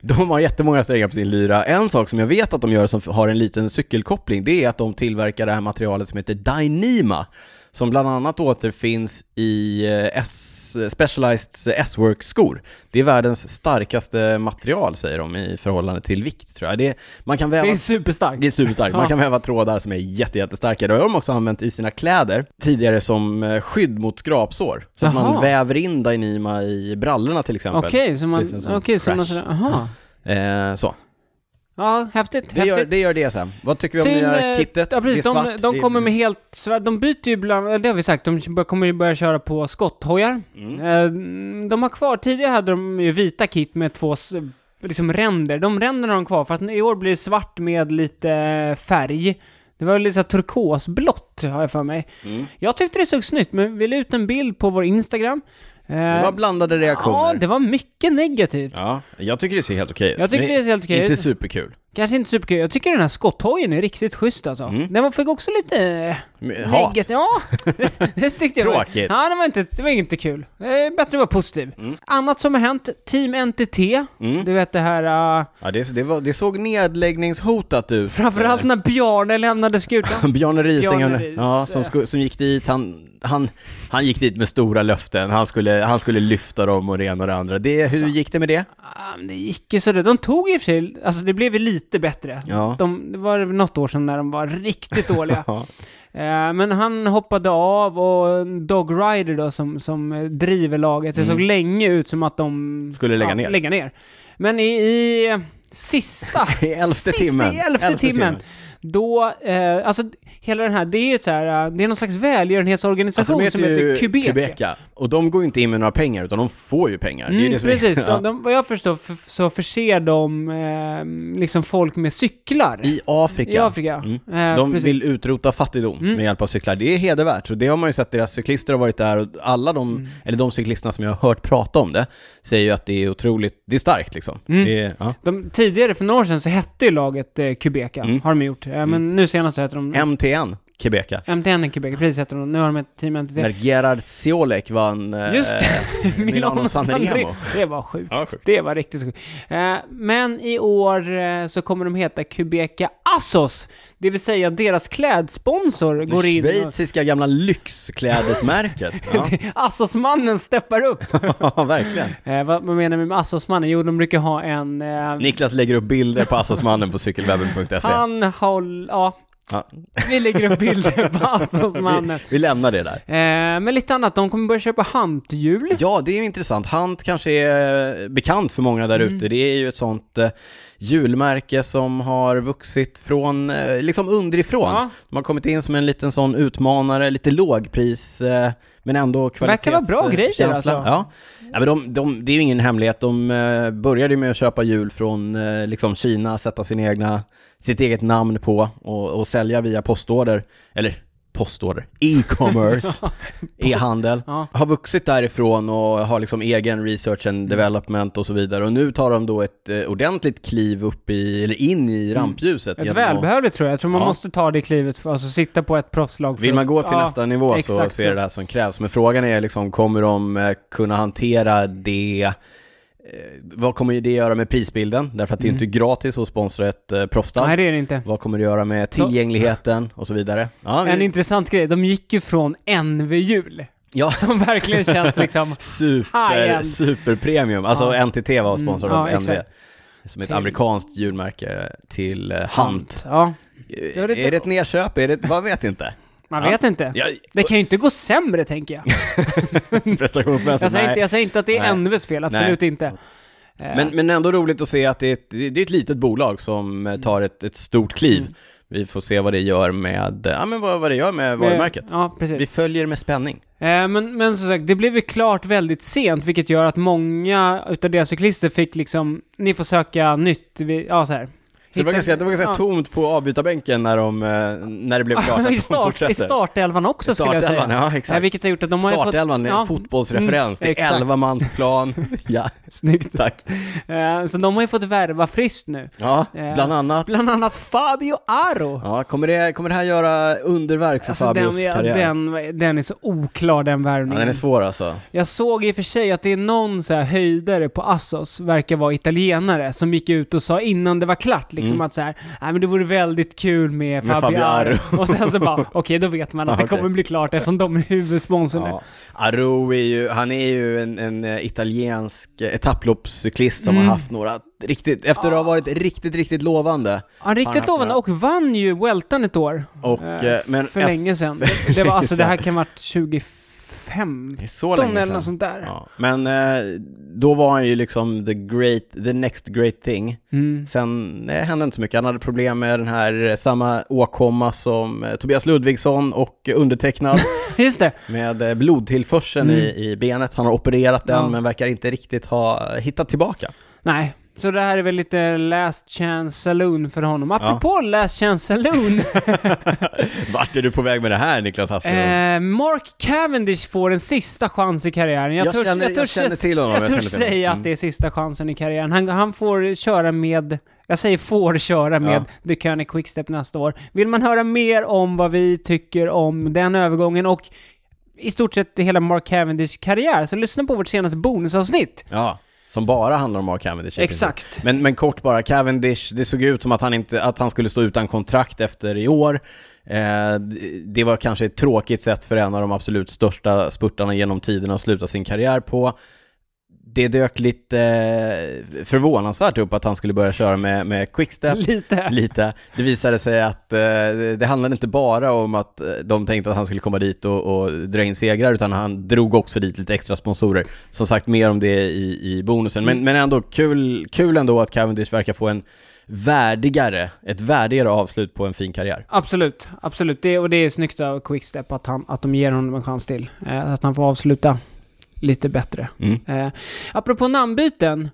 De, de har jättemånga strängar på sin lyra. En sak som jag vet att de gör som har en liten cykelkoppling, det är att de tillverkar det här materialet som heter Dynema, som bland annat återfinns i eh, S, Specialized S-Work-skor. Det är världens starkaste material, säger de, i förhållande till vikt, tror jag. Det, man kan väva
Det är superstarkt.
det är superstarkt. Man kan väva trådar som är jätte, jättestarka. Det har de också använt i sina kläder tidigare som eh, skydd mot skrapsår. Så att
Jaha.
man väver in Dynima i brallorna till exempel.
Okej, så man...
Precis som
Okej, så man...
Crash.
sådär- Aha.
Eh, så.
Ja, häftigt.
Det gör,
häftigt.
det gör DSM. Vad tycker vi om det
eh,
här kittet?
Ja, precis.
det är svart.
de, de
det är-
kommer med helt svart. De byter ju bland... eh, Det har vi sagt. De bör- kommer ju börja köra på skotthojar. Eh, De har kvar... Tidigare hade de ju vita kit med två s- liksom ränder. De ränderna har de kvar för att i år blir det svart med lite eh, färg. Det var lite så här turkosblått har jag för mig.
Mm.
Jag tyckte det såg snyggt, men vi la ut en bild på vår Instagram. Eh,
Det var blandade reaktioner.
Ja, det var mycket negativt.
Ja, jag tycker det ser helt okej ut.
Jag tycker
Men
det ser helt okej
Inte
ut.
superkul.
Kanske inte superkul. Jag tycker den här skotthojen är riktigt schysst alltså. Den var- fick också lite...
Men-
eh,
Mm. Hat.
negativt. Ja, det- det tyckte jag var-
Tråkigt. Mm.
Ja, det var inte, det var inte kul. Eh, Bättre att vara positiv. Annat som har hänt, Team NTT. Du vet det här... Uh,
Ja, det, det, var, det såg nedläggningshotat ut. Eh.
framförallt när Bjarne lämnade skutan.
Bjarne Riis,
Bjarne eh.
ingen-
precis.
Ja, som, sku- som gick dit, han, han, han gick dit med stora löften, han skulle, han skulle lyfta dem och det ena och det andra. Det, hur gick det med det?
Ah, men det gick ju sådär. De tog i och för sig, alltså det blev ju lite bättre.
Ja.
De, det var något år sedan när de var riktigt dåliga.
Ja.
Eh, men han hoppade av och Dog Rider då som, som eh, driver laget, det såg länge ut som att de...
Mm. Skulle lägga
ja,
ner.
Lägga ner. Men i, i eh, sista...
I elfte
sista,
timmen.
I elfte,
Elfte
timmen.
timmen.
Då, eh, alltså hela den här, det är ju så här, eh, det är någon slags välgörenhetsorganisation
Alltså,
som heter Quebec.
och de går ju inte in med några pengar, utan de får ju pengar. det är ju
Mm,
det som
precis,
Är,
de, de, vad jag förstår f- så förser de eh, liksom folk med cyklar.
I Afrika.
I Afrika.
Mm.
Eh,
De
precis. Mm.
vill utrota fattigdom med hjälp av cyklar. Det är hedervärt. Och det har man ju sett, deras cyklister har varit där och alla de,
Mm.
eller de cyklisterna som jag har hört prata om det, säger ju att det är otroligt, det är starkt liksom.
Mm.
Det är, ja.
De, tidigare, för några år sedan, så hette ju laget eh, Quebeca,
Mm.
har de gjort. Eh, Men nu senast så heter de...
MTN, Quebeca.
MTN i Quebec, precis heter de. Nu har de ett
När
teamentitet.
Gerard Ciolek vann eh,
Just det!
Milano San Remo.
Det var sjukt.
Ja, sjukt.
Det var riktigt sjukt. Eh, men i år eh, så kommer de heta Quebeca Assos, det vill säga deras klädsponsor går
Det
in och...
schweiziska gamla lyxklädesmärket.
Assosmannen steppar upp!
Ja. ja, verkligen.
Eh, vad, vad menar vi med Assosmannen? Jo, de brukar ha en... Eh,
Niklas lägger upp bilder på Assasmannen på cykelwebben.se.
han håll... Ja,
E. Ja.
vi lägger upp bilder på Assosmannen.
Vi, vi lämnar det där.
Eh, men lite annat, de kommer börja köpa hanthjul.
Ja, det är ju intressant. Hant kanske är eh, bekant för många
Mm.
där ute. Det är ju ett sånt eh, julmärke som har vuxit från, eh, liksom underifrån.
Ja.
De har kommit in som en liten sån utmanare, lite lågpris, eh, men ändå kvalitets...
Verkar vara bra
eh,
grejer,
känsla.
alltså.
Ja. ja, men de, de, det är ju ingen hemlighet. De eh, började ju med att köpa jul från eh, liksom Kina, sätta sin egna, sitt eget namn på och, och sälja via postorder. Eller postorder, e-commerce, e-handel.
Ja.
Har vuxit därifrån och har liksom egen research
Mm.
and development och så vidare. Och nu tar de då ett eh, ordentligt kliv upp i, eller in i rampljuset.
Mm. Ett
genom att-
välbehövligt tror jag. Jag tror man
Ja.
måste ta det klivet, för, alltså sitta på ett proffslag. För,
Vill man gå till
ja,
nästa nivå så,
exakt
så är det det här som krävs. Men frågan är liksom, kommer de eh, kunna hantera det? Eh, Vad kommer det göra med prisbilden? Därför att det är inte gratis att sponsra ett eh, proffsstall.
Mm. Nej, det är det inte.
Vad kommer det göra med tillgängligheten och så vidare? Ja,
En
vi,
intressant grej, de gick ju från NV-hjul,
ja
som verkligen känns liksom...
super,
High-end.
superpremium. Alltså
Ja.
NTT var sponsrad
Mm,
av
ja,
NV.
exakt.
Som ett
Till-
amerikanskt julmärke till eh, Hunt.
Ja,
Eh,
var lite-
Är det ett nedköp? Är det ett, vad vet inte.
man
Ja.
vet inte.
Jag,
Det kan ju inte gå sämre, tänker jag.
prestationsmässigt,
Jag säger,
nej.
inte, jag säger inte att det
Nej.
är NVs fel, absolut inte. Eh,
Men, men ändå roligt att se att det är ett, det är ett litet bolag som
Mm.
eh, tar ett, ett stort kliv. Vi får se vad det gör med, eh, ja men vad, vad det gör med
med-
varumärket.
Ja, precis.
Vi följer med spänning.
Eh, Men, men som sagt, det blev ju klart väldigt sent, vilket gör att många utav deras cyklister fick liksom, ni får söka nytt, vi, ja så här.
Så det var
Hitta-
ganska, det var ganska
ja.
tomt på avbytarbänken när, de, eh, när det blev klart att
I,
de
start,
fortsätter.
I startelvan också skulle jag säga.
Startelvan, ja
Eh,
exakt.
vilket har gjort att de har ju fått...
Startelvan är en
ja.
fotbollsreferens,
Mm,
det är
exakt.
elva man på plan. ja,
Snyggt.
tack.
Eh, Så de har ju fått värva friskt nu.
Ja,
Eh,
bland annat.
Bland annat Fabio Aro.
Ja, kommer, det, kommer det här göra underverk för
Alltså
Fabios
den, ja,
karriär?
den, den är så oklar den
ja,
värvningen.
den är svår alltså.
Jag såg i och för sig att det är någon så här höjdare på Assos, verkar vara italienare, som gick ut och sa innan det var klart liksom att så här, nej men det vore väldigt kul med,
Mm. Med Fabio
Fabio
Aro."
Aro. Och sen så bara, okej då vet man
Ja,
att det
okej.
kommer bli klart eftersom de är huvudsponsorn nu.
Ja. Aro är ju, han är ju en, en eh, italiensk eh, etapploppscyklist som
Mm.
har haft några riktigt, efter att
Ah.
ha varit riktigt, riktigt lovande.
Han
Han
riktigt
har-
lovande och vann ju Weltan ett år.
Och,
eh,
eh, men
för
ef-
länge sedan. Det, det var alltså, det här kan ha varit 2015
Det är så länge
eller
sedan.
något sånt där.
Ja. Men eh, då var han ju liksom the great, the next great thing.
Mm.
Sen nej, hände inte så mycket. Han hade problem med den här eh, samma åkomma som eh, Tobias Ludvigsson och eh, undertecknad
Just det.
med eh, blodtillförseln i, i benet. Han har opererat den
Ja.
men verkar inte riktigt ha hittat tillbaka.
Nej, så det här är väl lite last chance saloon för honom. Apropå last chance saloon.
Vart är du på väg med det här Niklas Hasselholm?
Eh, Mark Cavendish får en sista chans i karriären. Jag,
Jag
törs,
känner-
jag,
jag
törs,
känner till honom,
Jag
jag känner
törs
till honom.
säga
Mm.
att det är sista chansen i karriären. Han, han får köra med, jag säger får köra med, The König Quickstep nästa år. Vill man höra mer om vad vi tycker om den övergången och i stort sett hela Mark Cavendishs karriär, så lyssna på vårt senaste bonusavsnitt.
Ja, som bara handlar om Mark Cavendish. i princip.
Exakt.
Men, men kort bara, Cavendish, det såg ut som att han, inte, att han skulle stå utan kontrakt efter i år. Eh, det var kanske ett tråkigt sätt för en av de absolut största spurtarna genom tiden att sluta sin karriär på. Det dök lite eh, förvånansvärt upp att han skulle börja köra med, med quickstep.
Lite.
Lite. Det visade sig att eh, det handlade inte bara om att eh, de tänkte att han skulle komma dit och, och dra in segrar, utan han drog också dit lite extra sponsorer. Som sagt, mer om det i, i bonusen. Men, men ändå kul, kul ändå att Cavendish verkar få en värdigare, ett värdigare avslut på en fin karriär.
Absolut, absolut. Det, och det är snyggt av Quickstep att, han, att de ger honom en chans till. Eh, att han får avsluta lite bättre.
Mm.
Eh, apropå namnbyten.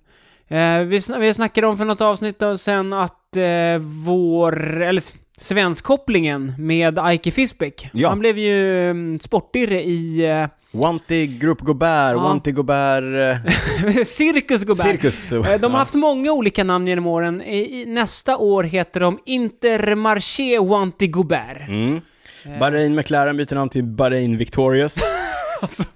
Eh, vi, sn- vi snackade om för något avsnitt och sen att eh, vår, eller s- svenskkopplingen med Eike Fisbeck.
Ja.
Han blev ju mm, sportdirre i eh,
Wanty Group Gobert,
Ja.
Wanty Gobert, eh,
Cirkus Gobert.
Cirkus.
Eh, De har
Ja.
haft många olika namn genom åren. I, i, nästa år heter de Intermarché Wanty Gobert.
Mm.
Eh.
Bahrain McLaren byter namn till Bahrain Victorious.
Alltså.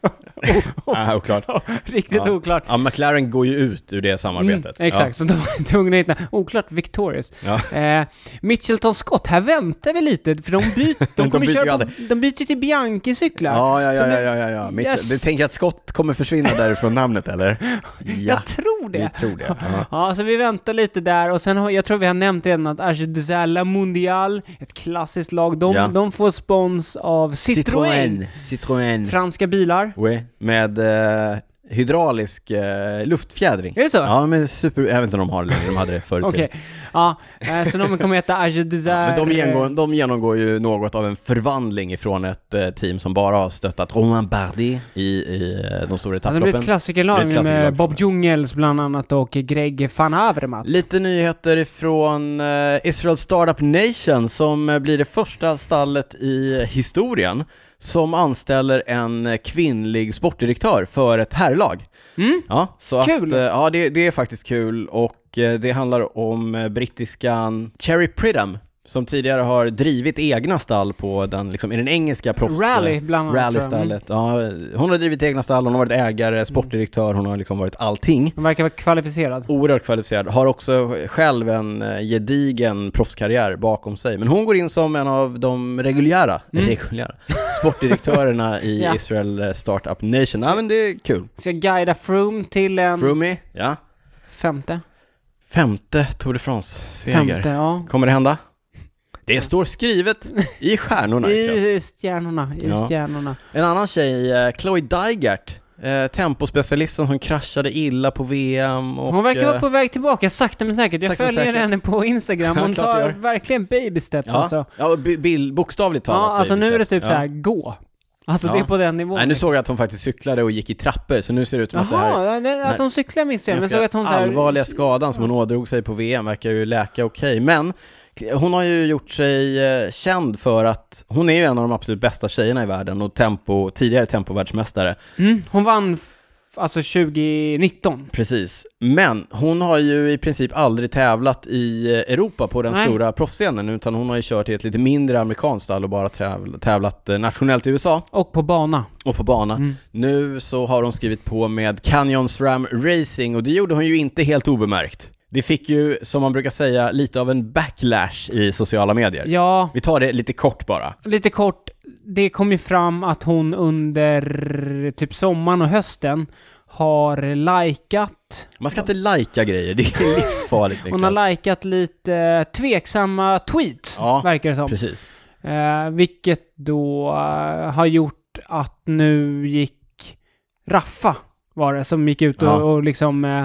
ah, oklart.
Riktigt
Ja.
oklart.
Ja, McLaren går ju ut ur det samarbetet.
Mm, exakt, så de var tvungna att hitta... Oklart Victorious.
Ja.
Eh, Mitchelton Scott, här väntar vi lite, för de byter... De,
De
kommer
byter ju
köra på,
aldrig.
de byter till Bianchi-cyklar.
Ja, ja,
Så
ja,
nu-
ja, ja, ja, ja. Mitchell.
Yes.
Du tänker att skott kommer försvinna därifrån namnet, eller? Ja,
Jag tror
vi
det.
tror det. Ja.
Ja, så vi väntar lite där och sen har, jag tror vi har nämnt redan att Argentuzala Mundial, ett klassiskt lag, de,
Ja.
de får spons av Citroën.
Citroën.
Franska bilar.
Oui. Med eh, hydraulisk eh, luftfjädring.
Är det så?
Ja, men super... Jag vet inte om de har det längre, de hade det förut.
Okej. Ja, eh, så de kommer heta eh, Argentuzala...
Men de genomgår, de genomgår ju något av en förvandling ifrån ett eh, team som bara har stöttat Romain Bardet i, i eh, de stora
Ja, det blir ett
etapploppen. Det
klassikerlag
blir ett klassikerlag
med
för
Bob
mig.
Jungels bland annat och Greg van Avermaet.
Lite nyheter ifrån eh, Israel Startup Nation som eh, blir det första stallet i historien som anställer en eh, kvinnlig sportdirektör för ett herrlag.
Mm.
Ja, så
Kul.
Att, eh, ja, det, det är faktiskt kul och eh, det handlar om eh, brittiskan Cherry Pridham som tidigare har drivit egna stall på den, liksom, i den engelska proffs...
Rally bland annat tror jag. Mm.
Rallystallet. Ja, hon har drivit egna stall, hon har varit ägare, sportdirektör, hon har liksom varit allting.
De verkar vara kvalificerad.
Oerhört kvalificerad, har också själv en eh, gedigen proffskarriär bakom sig. Men hon går in som en av de reguljära, reguljära sportdirektörerna i
Mm. Ja.
Israel eh, Startup Nation. Ja men det är kul.
Ska guida Froome till en
Frumi, ja.
femte?
Femte Tour de France-seger.
Femte, ja.
Kommer det hända? Det står skrivet i stjärnorna. Niklas.
I stjärnorna, i
Ja.
stjärnorna.
En annan tjej, eh, Chloe Dygert, eh, tempospecialisten som kraschade illa på VM och...
Hon verkar
eh,
vara på väg tillbaka, sakta men säkert. Jag
Sakta men
följer
säkert.
henne på Instagram.
Ja,
Hon
klart du
tar
gör.
verkligen baby steps
Ja,
alltså.
ja bi- bild, bokstavligt talat.
Ja, alltså nu är det typ
Ja.
så här gå. Alltså
Ja.
det är på den nivån.
Nej, nu såg jag att hon faktiskt cyklade och gick i trappor, så nu ser det ut som att det här...
Jaha, det att
Nej.
hon cyklar minns jag. Men jag
ganska
såg att hon så här,
allvarliga skadan som hon ådrog sig på VM verkar ju läka okej, men hon har ju gjort sig eh, känd för att hon är ju en av de absolut bästa tjejerna i världen och tempo, tidigare tempovärldsmästare.
Mm, hon vann f- alltså 2019.
Precis. Men hon har ju i princip aldrig tävlat i eh, Europa på den
Nej.
stora proffsscenen, utan hon har ju kört i ett lite mindre amerikanskt stall och bara täv- tävlat eh, nationellt i USA.
Och på bana.
och på bana.
Mm.
Nu så har hon skrivit på med Canyon SRAM Racing och det gjorde hon ju inte helt obemärkt. Det fick ju, som man brukar säga, lite av en backlash i sociala medier.
Ja,
Vi tar det lite kort bara.
lite kort. Det kom ju fram att hon under typ sommaren och hösten har likat.
Man ska inte lajka grejer, det är livsfarligt
Hon
Niklas.
har likat lite eh, tveksamma tweets,
Ja,
verkar det som.
Precis.
Eh, vilket då eh, har gjort att nu gick Raffa, var det, som gick ut och,
Ja.
och liksom eh,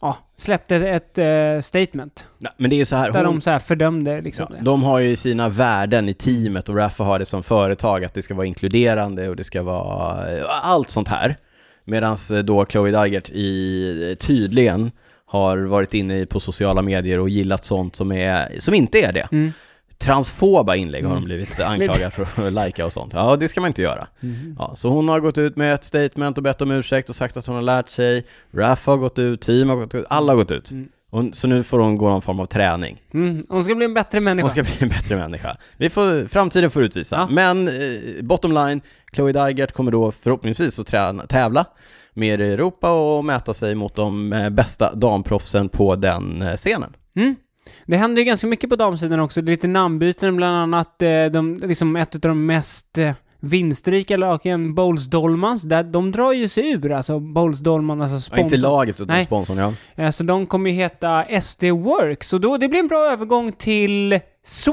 ja, släppte ett eh, statement.
Nej, Men det är ju så här,
Där
hon,
de så här fördömde liksom
ja,
det.
de har ju sina värden i teamet och Raffa har det som företag att det ska vara inkluderande och det ska vara eh, allt sånt här. Medan då Chloe Dygert i, eh, tydligen har varit inne på sociala medier och gillat sånt som, är, som inte är det.
Mm.
Transfoba inlägg har de blivit anklagade för att lajka och sånt. Ja, och det ska man inte göra.
Mm-hmm.
Ja, så hon har gått ut med ett statement och bett om ursäkt och sagt att hon har lärt sig. Raff har gått ut, team har gått ut, alla har gått ut. Och, så nu får hon gå någon form av träning.
Mm. Hon ska bli en bättre människa.
Hon ska bli en bättre människa. Vi får, framtiden får utvisa.
Ja.
Men eh, bottom line, Chloe Dygert kommer då förhoppningsvis att träna, tävla med Europa och mäta sig mot de eh, bästa damproffsen på den eh, scenen.
Mm. Det händer ju ganska mycket på damsidan också. Det är lite namnbyten, bland annat eh, de, liksom ett av de mest eh, vinstrika lagen, Bowls Dolmans, där de drar ju sig ur alltså. Bowls Dolman, alltså
Ja, inte
sponsor.
laget utan
Nej.
sponsorn ja.
Eh, Så de kommer ju heta SD Works och då, det blir en bra övergång till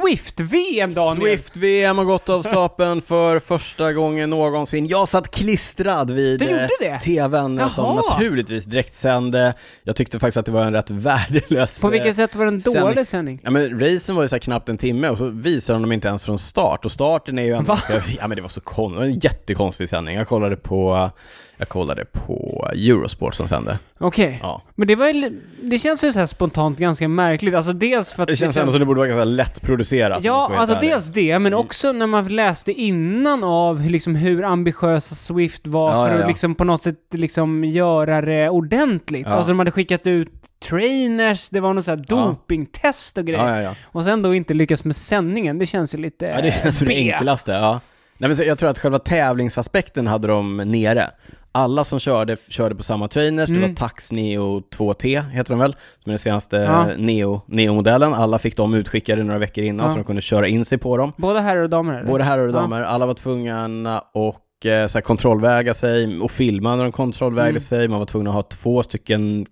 Swift-VM Daniel.
Swift-VM har gått av stapeln för första gången någonsin. Jag satt klistrad vid
Du gjorde
eh,
det?
TVn eh, som
Jaha.
naturligtvis direktsände. Jag tyckte faktiskt att det var en rätt värdelös...
På
eh,
vilket sätt var det en
sändning.
dålig sändning?
Ja men racen var ju så här knappt en timme och så visade de dem inte ens från start och starten är ju ändå
Va?
ganska, ja men det var så konstigt, en jättekonstig sändning. Jag kollade på, jag kollade på Eurosport som sände.
Okej.
Ja.
Men det var ju, li- det känns ju så här spontant ganska märkligt. Alltså dels för att...
Det känns ändå som det borde vara ganska lättproducerat. om man
Ja,
ska vara
alltså
helt ärlig. Mm.
dels det, men också när man läste innan av hur- liksom hur ambitiösa Swift var
Ja,
för
ja,
att
ja.
liksom på något sätt liksom göra det ordentligt.
Ja.
Alltså de hade skickat ut trainers, det var något så här
Ja.
dopingtest och grejer.
Ja, ja, ja.
Och sen då inte lyckas med sändningen, det känns ju lite...
Ja, det känns som det
B.
enklaste. Ja. Nej, men så jag tror att själva tävlingsaspekten hade de nere. Alla som körde, körde på samma trainers, det
Mm.
var Tax Neo 2T, heter de väl? Som är den senaste
Ja.
Neo- Neo-modellen. alla fick dem utskickade några veckor innan
Ja.
så de kunde köra in sig på dem.
Både herrar och damer eller?
Både herrar och
Ja.
damer, alla var tvungna och eh, så här, kontrollväga sig och filma när de kontrollvägde
Mm.
sig. Man var tvungen att ha två stycken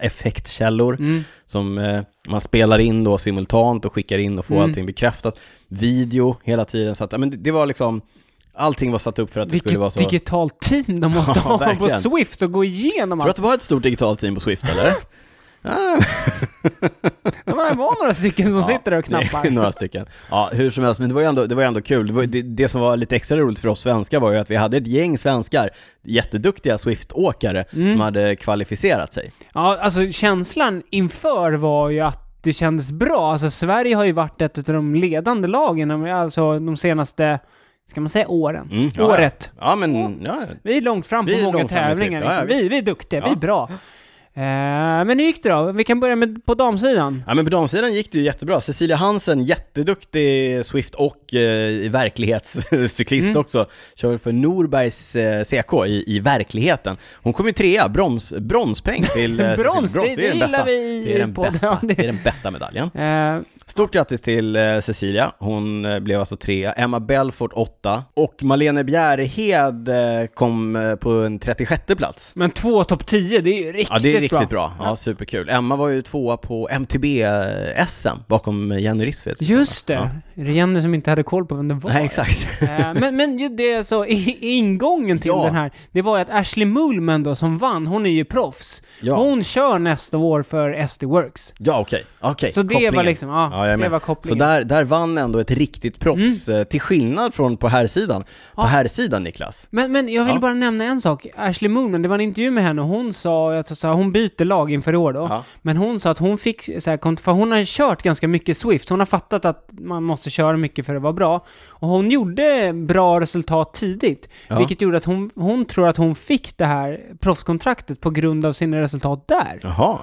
krafteffektkällor
Mm.
som eh, man spelar in då simultant och skickar in och får
Mm.
allting bekräftat. Video hela tiden, så att, ja, men det, det var liksom, allting var satt upp för att det skulle
Vilket
vara så. Jag
digitalt team de måste
Ja,
ha på
verkligen.
Swift och gå igenom
tror du
allt.
att det var ett stort digitalt team på Swift eller? Ah,
Det var några stycken som
Ja,
sitter där och
det är
knappar.
några stycken. Ja, hur som helst, men det var ju ändå, det var ju ändå kul. Det, var, det, det som var lite extra roligt för oss svenskar var ju att vi hade ett gäng svenskar, jätteduktiga Swift-åkare,
Mm.
som hade kvalificerat sig.
Ja, alltså känslan inför var ju att det kändes bra. Alltså Sverige har ju varit ett av de ledande lagen, alltså de senaste, ska man säga åren?
Mm, ja, ja.
Året.
Ja, men ja,
Vi är långt fram på
Vi är
många
långt fram i
tävlingar.
Swift, ja,
liksom. vi, vi är duktiga, vi
Ja.
är bra. Eh, men hur gick det då? Vi kan börja med på damsidan.
Ja men på damsidan gick det ju jättebra. Cecilia Hansen, jätteduktig Swift och eh, verklighetscyklist
Mm.
också. Kör väl för Norbergs eh, CK i, i verkligheten. Hon kom ju trea, broms, bronspeng till eh, Cecilia.
Brons, det, det,
den
gillar
bästa.
vi
Det är, den
på-
bästa.
Ja,
det är den bästa medaljen.
Eh,
Stort grattis till eh, Cecilia, hon eh, blev alltså trea. Emma Belfort åtta. Och Malene Bjärhed eh, kom eh, på en 36 plats.
men två topp 10, det är ju riktigt,
Ja, det är riktigt bra. Ja,
Ja.
superkul. Emma var ju tvåa på MTB-SM bakom eh, Jenny Rissved.
Just det. Det är Jenny som inte hade koll på vem det var.
Nej, exakt.
Eh, men, men ju det så, i- ingången till
Ja.
den här, det var ju att Ashley Mullman då som vann, hon är ju proffs.
Ja.
Hon kör nästa år för SD Works.
Ja, okej. Okej,
Så det
kopplingen.
var liksom, ja,
Ja, jag är
det
med.
var
Så
kopplingen. Mm.
där, där vann ändå ett riktigt proffs, eh, till skillnad från på här sidan. På här sidan Niklas.
Men, men jag vill
Ja.
bara nämna en sak. Ashley Moonman, det var en intervju med henne och hon sa, jag tror så här, hon byter lag inför i år då.
Ja.
Men hon sa att hon fick, så här, kont- för hon har kört ganska mycket Swift, hon har fattat att man måste köra mycket för att vara bra. Och hon gjorde bra resultat tidigt,
Ja.
vilket gjorde att hon, hon tror att hon fick det här proffskontraktet på grund av sina resultat där.
Jaha.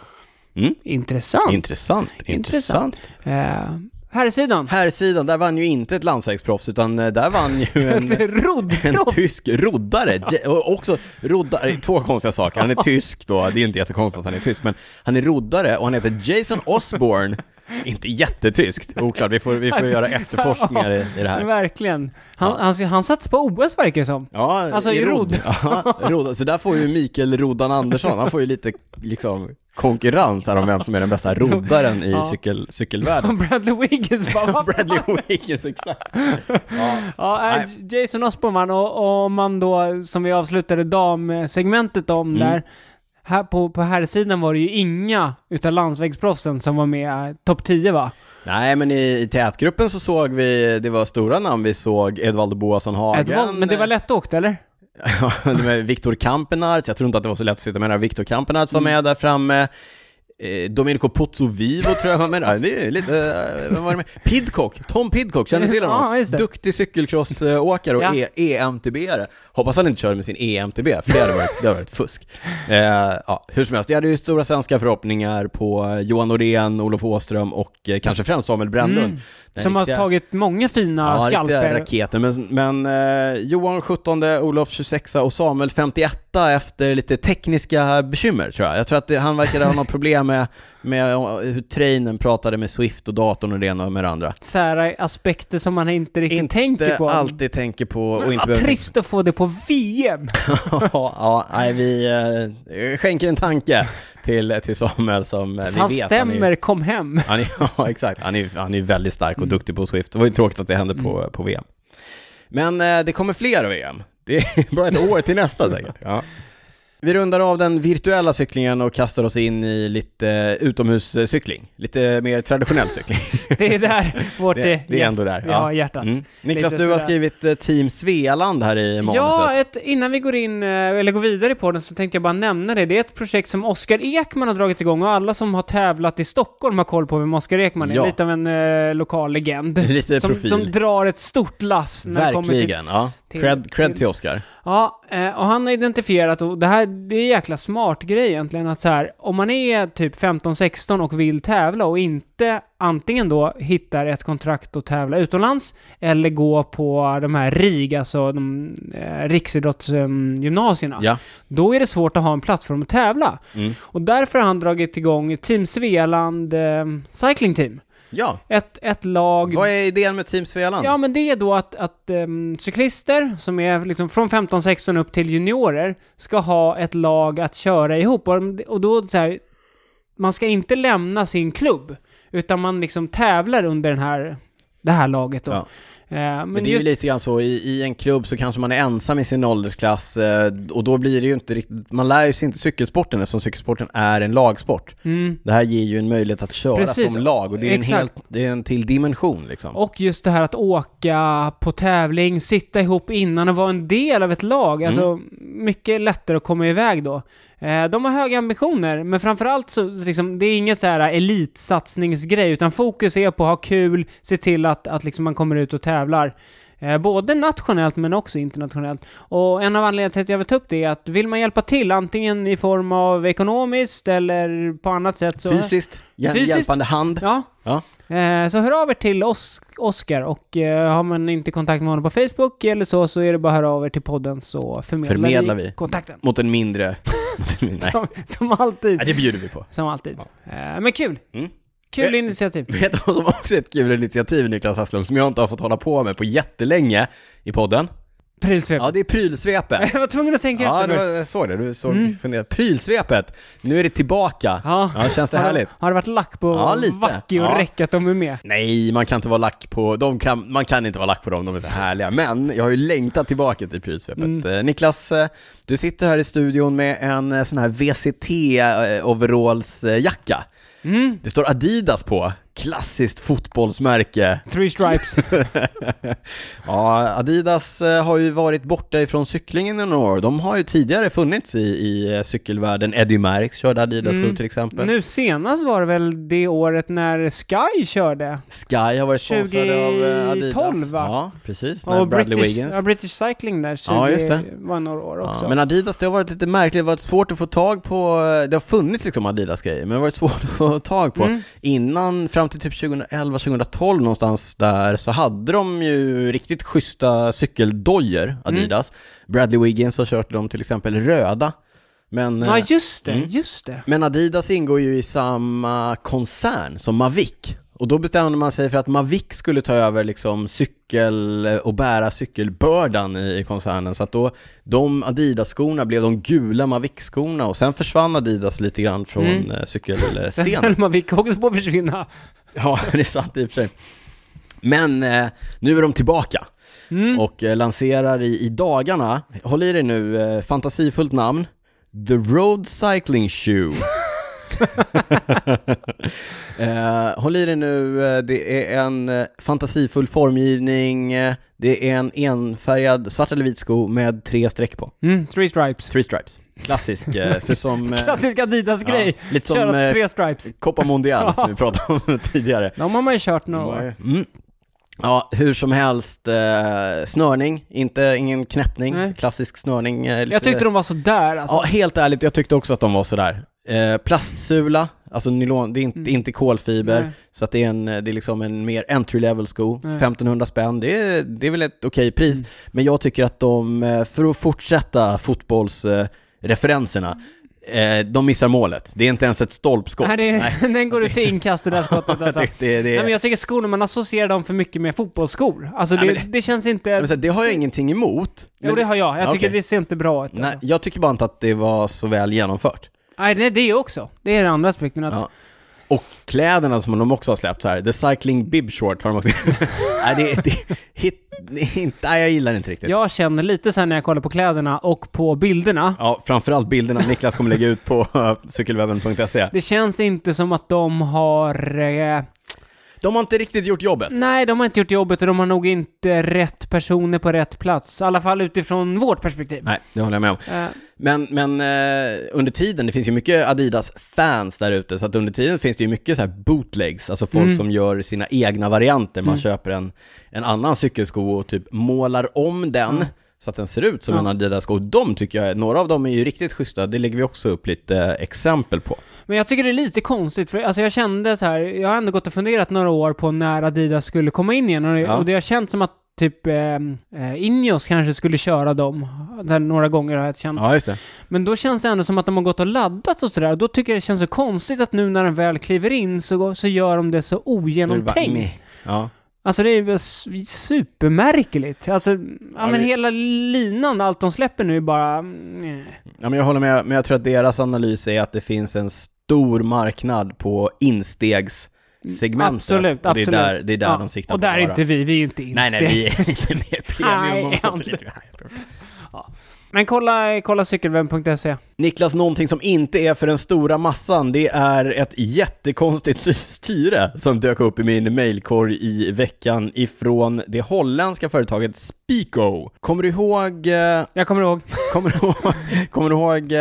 Mm.
Intressant.
Intressant, intressant.
Intressant. eh, här är sidan.
Här sidan, där vann ju inte ett landsvägsproffs, utan eh, där vann ju en, en
Roddproff.
tysk roddare. Je- Och också roddare, två konstiga saker. Han är tysk då, det är inte jättekonstigt att han är tysk, men han är roddare och han heter Jason Osborne. Inte jättetyskt, oklart. Vi får, vi får göra efterforskningar i, i det här.
Verkligen. Han, han, han satt på OS verkar det som.
Ja,
Alltså, i rodd.
Ja, rodd. Så där får ju Mikael Roddan Andersson, han får ju lite liksom konkurrens här om vem som är den bästa roddaren i
Ja.
cykel, cykelvärlden.
Och Bradley Wiggins bara, vad
Bradley Wiggins, exakt. Ja.
Ja, är
Nej.
Jason Osborne vann och, och om man då, som vi avslutade damsegmentet om
Mm.
där, här på, på här sidan var det ju inga utav landsvägsproffsen som var med eh, topp 10 va?
Nej, men i, i tätgruppen så såg vi, det var stora namn, vi såg Edvaldo Boasson Hagen.
Edvald, men det var lättåkt eller?
Ja, med Viktor Kampenarts, jag tror inte att det var så lätt att sitta med där. Viktor Kampenarts
Mm.
var med där framme. Eh, Domenico Pozzovivo tror jag var med där. Det är lite, eh, vem var det med? Pidcock, Tom Pidcock, känner du till
Ja,
honom?
just det.
Duktig cykelcrossåkare och
Ja.
e EMTB-are. Hoppas han inte körde med sin E EMTB, för det hade varit, det hade varit fusk. Eh, ja, hur som helst, jag hade ju stora svenska förhoppningar på Johan Norén, Olof Åström och eh, kanske främst Samuel Brännlund. Den
Mm. som
riktiga-
har tagit många fina
Ja,
skalper.
riktiga raketer. Men, men eh, Johan 17, Olof 26 och Samuel 51 efter lite tekniska bekymmer tror jag. Jag tror att det, han verkade ha något problem med, med eh, hur trainen pratade med Swift och datorn och det ena och med det andra.
Så här, aspekter som man inte riktigt tänker på.
alltid tänker på och
Men
inte
vad
behöver...
trist att få det på VM!
ja, nej, vi eh, skänker en tanke till, till Samuel som eh,
Så han
vi vet
stämmer,
Han är,
kom hem!
han är, ja, exakt. Han är, han är väldigt stark
Mm.
och duktig på Swift. Det var ju tråkigt att det hände på, på VM. Men eh, det kommer fler VM. Det är bara ett år till nästa säkert. Ja. Vi rundar av den virtuella cyklingen och kastar oss in i lite eh, utomhuscykling. Lite mer traditionell cykling.
Det är där vårt... eh,
det, det är
hjär-
ändå där.
Vi har hjärtat.
Mm. Niklas,
Lite
du har
sådär.
skrivit eh, Team Svealand här i manuset.
Ja, ett, innan vi går in, eh, eller går vidare på den så tänkte jag bara nämna det. Det är ett projekt som Oskar Ekman har dragit igång och alla som har tävlat i Stockholm har koll på vem Oskar Ekman är.
Ja.
Lite av en eh, lokal legend.
Lite
som,
profil.
som drar ett stort lass när det kommer till
Verkligen, ja.
till-
Cred, cred
till-
till Oscar.
Ja, eh, och han har identifierat, och det här det är en jäkla smart grej egentligen, att så här, om man är typ 15-16 och vill tävla och inte antingen då hittar ett kontrakt att tävla utomlands eller gå på de här RIG, alltså de eh, riksidrottsgymnasierna,
Ja.
då är det svårt att ha en plattform att tävla.
Mm.
Och därför har han dragit igång Team Svealand eh, Cycling Team.
Ja.
Ett, ett lag
Vad är idén med Team Svealand?
Ja, men det är då att, att ehm, cyklister som är liksom från 15-16 upp till juniorer ska ha ett lag att köra ihop. Och, och då så här, man ska inte lämna sin klubb, utan man liksom tävlar under den här, det här laget då.
Ja.
Eh, men
men det är
just,
ju lite grann så, i, i en klubb så kanske man är ensam i sin åldersklass eh, och då blir det ju inte riktigt, man lär ju sig inte cykelsporten eftersom cykelsporten är en lagsport.
mm,
Det här ger ju en möjlighet att köra
Precis.
som lag och det är, en
Exakt.
helt, det är en till dimension liksom.
och just det här att åka på tävling, sitta ihop innan och vara en del av ett
Mm.
lag. Alltså, mycket lättare att komma iväg då. Eh, de har höga ambitioner, men framförallt så liksom, det är inget så här elitsatsningsgrej, utan fokus är på att ha kul, se till att, att liksom man kommer ut och tävlar. Eh, både nationellt men också internationellt. Och en av anledningarna till att jag vill ta upp det är att vill man hjälpa till, antingen i form av ekonomiskt eller på annat sätt så...
Fysiskt, hjäl-
Fysiskt.
hjälpande hand.
Ja,
Ja.
Eh, Så hör av er till Os- Oscar och eh, har man inte kontakt med honom på Facebook eller så, så är det bara att höra av er till podden så förmedlar,
Förmedlar vi.
kontakten.
Mot en mindre... mot en mindre. Nej.
Som, som alltid.
Nej, det bjuder vi på.
Som alltid. Eh, Men kul!
Mm.
Kul
Eh,
initiativ.
Vet du vad som också är ett kul initiativ Niklas Hasslum, som jag inte har fått hålla på med på jättelänge i podden?
Prylsvep.
Ja, det är prylsvepet.
Jag var tvungen att tänka
Ja,
efter.
det var,
nu.
jag såg det. Du såg, funderade. Prylsvepet! Nu är det tillbaka.
Mm. Ja.
känns det
Har-
härligt?
Har det varit lack på
Ja, lite.
Vacki och
Ja.
Räck att de är med?
Nej, man kan inte vara lack på dem. Kan, man kan inte vara lack på dem, de är så härliga. Men jag har ju längtat tillbaka till prylsvepet.
Mm.
Eh, Niklas, eh, du sitter här i studion med en eh, sån här eh, VCT-overallsjacka.
Mm.
Det står Adidas på. Klassiskt fotbollsmärke.
Three stripes.
Ja, Adidas eh, har ju varit borta ifrån cyklingen i några år. De har ju tidigare funnits i, i eh, cykelvärlden. Eddie Merckx körde Adidas-skor till exempel.
Mm. nu senast var det väl det året när Sky körde?
Sky har varit sponsrade av eh, Adidas.
2012, va?
Ja, precis. När
Och
Bradley
British,
Wiggins.
ja, British Cycling där, så
Ja,
det
just det.
var några år också.
Ja, men Adidas, det har varit lite märkligt. Det har varit svårt att få tag på. Det har funnits liksom Adidas-grejer, men det har varit svårt att få tag
Mm.
på. Innan, fram till typ 2011, 2012 någonstans där, så hade de ju riktigt schyssta
Mm.
cykeldojor, Adidas. Bradley Wiggins har kört dem till exempel röda. Men,
Ja,
eh,
just det, just det.
men Adidas ingår ju i samma koncern som Mavic. Och då bestämde man sig för att Mavic skulle ta över liksom cykel eh, och bära cykelbördan i i koncernen. Så att då, de Adidas-skorna blev de gula Mavic-skorna och sen försvann Adidas lite grann från eh,
Sen
cykelscenen.
höll man Vick också på att försvinna.
ja, det är sant i och för sig. Men eh, nu är de tillbaka
Mm.
och eh, lanserar i, i dagarna, håll i dig nu, eh, fantasifullt namn, The Road Cycling Shoe. Eh, håll i dig nu, eh, det är en eh, fantasifull formgivning, eh, det är en enfärgad svart eller vit sko med tre streck på.
Mm, three stripes.
Three stripes. Klassisk, eh, ser ut som... Eh,
Klassisk Adidas-grej.
ja, lite som
Köra
eh,
tre stripes.
Copa Mondial som vi pratade om tidigare.
De har man ju kört några år.
Mm. Ja, hur som helst, eh, snörning, inte, ingen knäppning,
Nej.
klassisk snörning. Eh, lite,
Jag tyckte de var sådär alltså.
Ja, helt ärligt, jag tyckte också att de var sådär. Eh, plastsula, alltså nylon, det är inte, inte kolfiber,
Mm. Nej.
så att det är, en, det är liksom en mer entry level sko,
Nej. Mm.
1500 spänn, det är, det är väl ett okej pris. Men jag tycker att de, eh, för att fortsätta fotbollsreferenserna, Eh, de missar målet. Det är inte ens ett stolpskott.
Nej, det, den går ut till inkast och det där skottet alltså.
det, det, det,
Nej, men jag tycker skor, man associerar dem för mycket med fotbollsskor. Alltså
Nej,
det,
men
det, känns inte...
men så här, det har jag ingenting emot.
jo, det har jag. Jag
Ja,
tycker
okej.
det ser inte bra ut.
Nej,
Alltså.
jag tycker bara inte att det var så väl genomfört.
Nej, det, det är också. Det är den andra aspekten. Att,
Ja. Och kläderna som de också har släppt så här, The Cycling Bib Short har de också... nej, det, det, hit, nej, inte, nej, jag gillar det inte riktigt. Ja.
Jag känner lite sen när jag kollar på kläderna och på bilderna.
framförallt bilderna Niklas kommer lägga ut på eh, cykelwebben.se.
Det känns inte som att de har... Eh,
De har inte riktigt gjort jobbet.
nej, de har inte gjort jobbet och de har nog inte rätt personer på rätt plats. I alla fall utifrån vårt perspektiv.
Nej, det håller jag med om.
Eh,
Men, men eh, under tiden, det finns ju mycket Adidas-fans där ute, så att under tiden finns det ju mycket så här bootlegs, alltså folk som gör sina egna varianter. Man köper en, en annan cykelsko och typ målar om den så att den ser ut som en Adidas-sko. De tycker jag, några av dem är ju riktigt schyssta, det lägger vi också upp lite eh, exempel på.
Men jag tycker det är lite konstigt, för alltså jag kände så här, jag har ändå gått och funderat några år på när Adidas skulle komma in igen och, det-
Ja.
och det har känts som att typ eh, eh, Ineos kanske skulle köra dem. Där några gånger har jag känt.
Ja, just det.
Men då känns det ändå som att de har gått och laddat och sådär. Då tycker jag det känns så konstigt att nu när den väl kliver in så, så gör de det så ogenomtänkt.
Ja.
Alltså det är ju s- supermärkligt. Alltså, ja, men
det-
hela linan, allt de släpper nu är bara... mm, eh.
ja, men jag håller med, men jag tror att deras analys är att det finns en stor marknad på instegssegmentet.
Absolut,
Och det är
absolut.
där, det är där
Ja,
de siktar
Och
på att
där är
vara.
inte vi, vi är ju inte
Nej, nej,
insteg.
vi är lite mer
Nej,
premium. om man får
ändå.
säga lite.
Men kolla, kolla cykelwebben.se.
Niklas, någonting som inte är för den stora massan, det är ett jättekonstigt sy- styre som dök upp i min mailkorg i veckan ifrån det holländska företaget Spico. Kommer du ihåg, eh,
Jag kommer ihåg.
kommer du ihåg, kommer du ihåg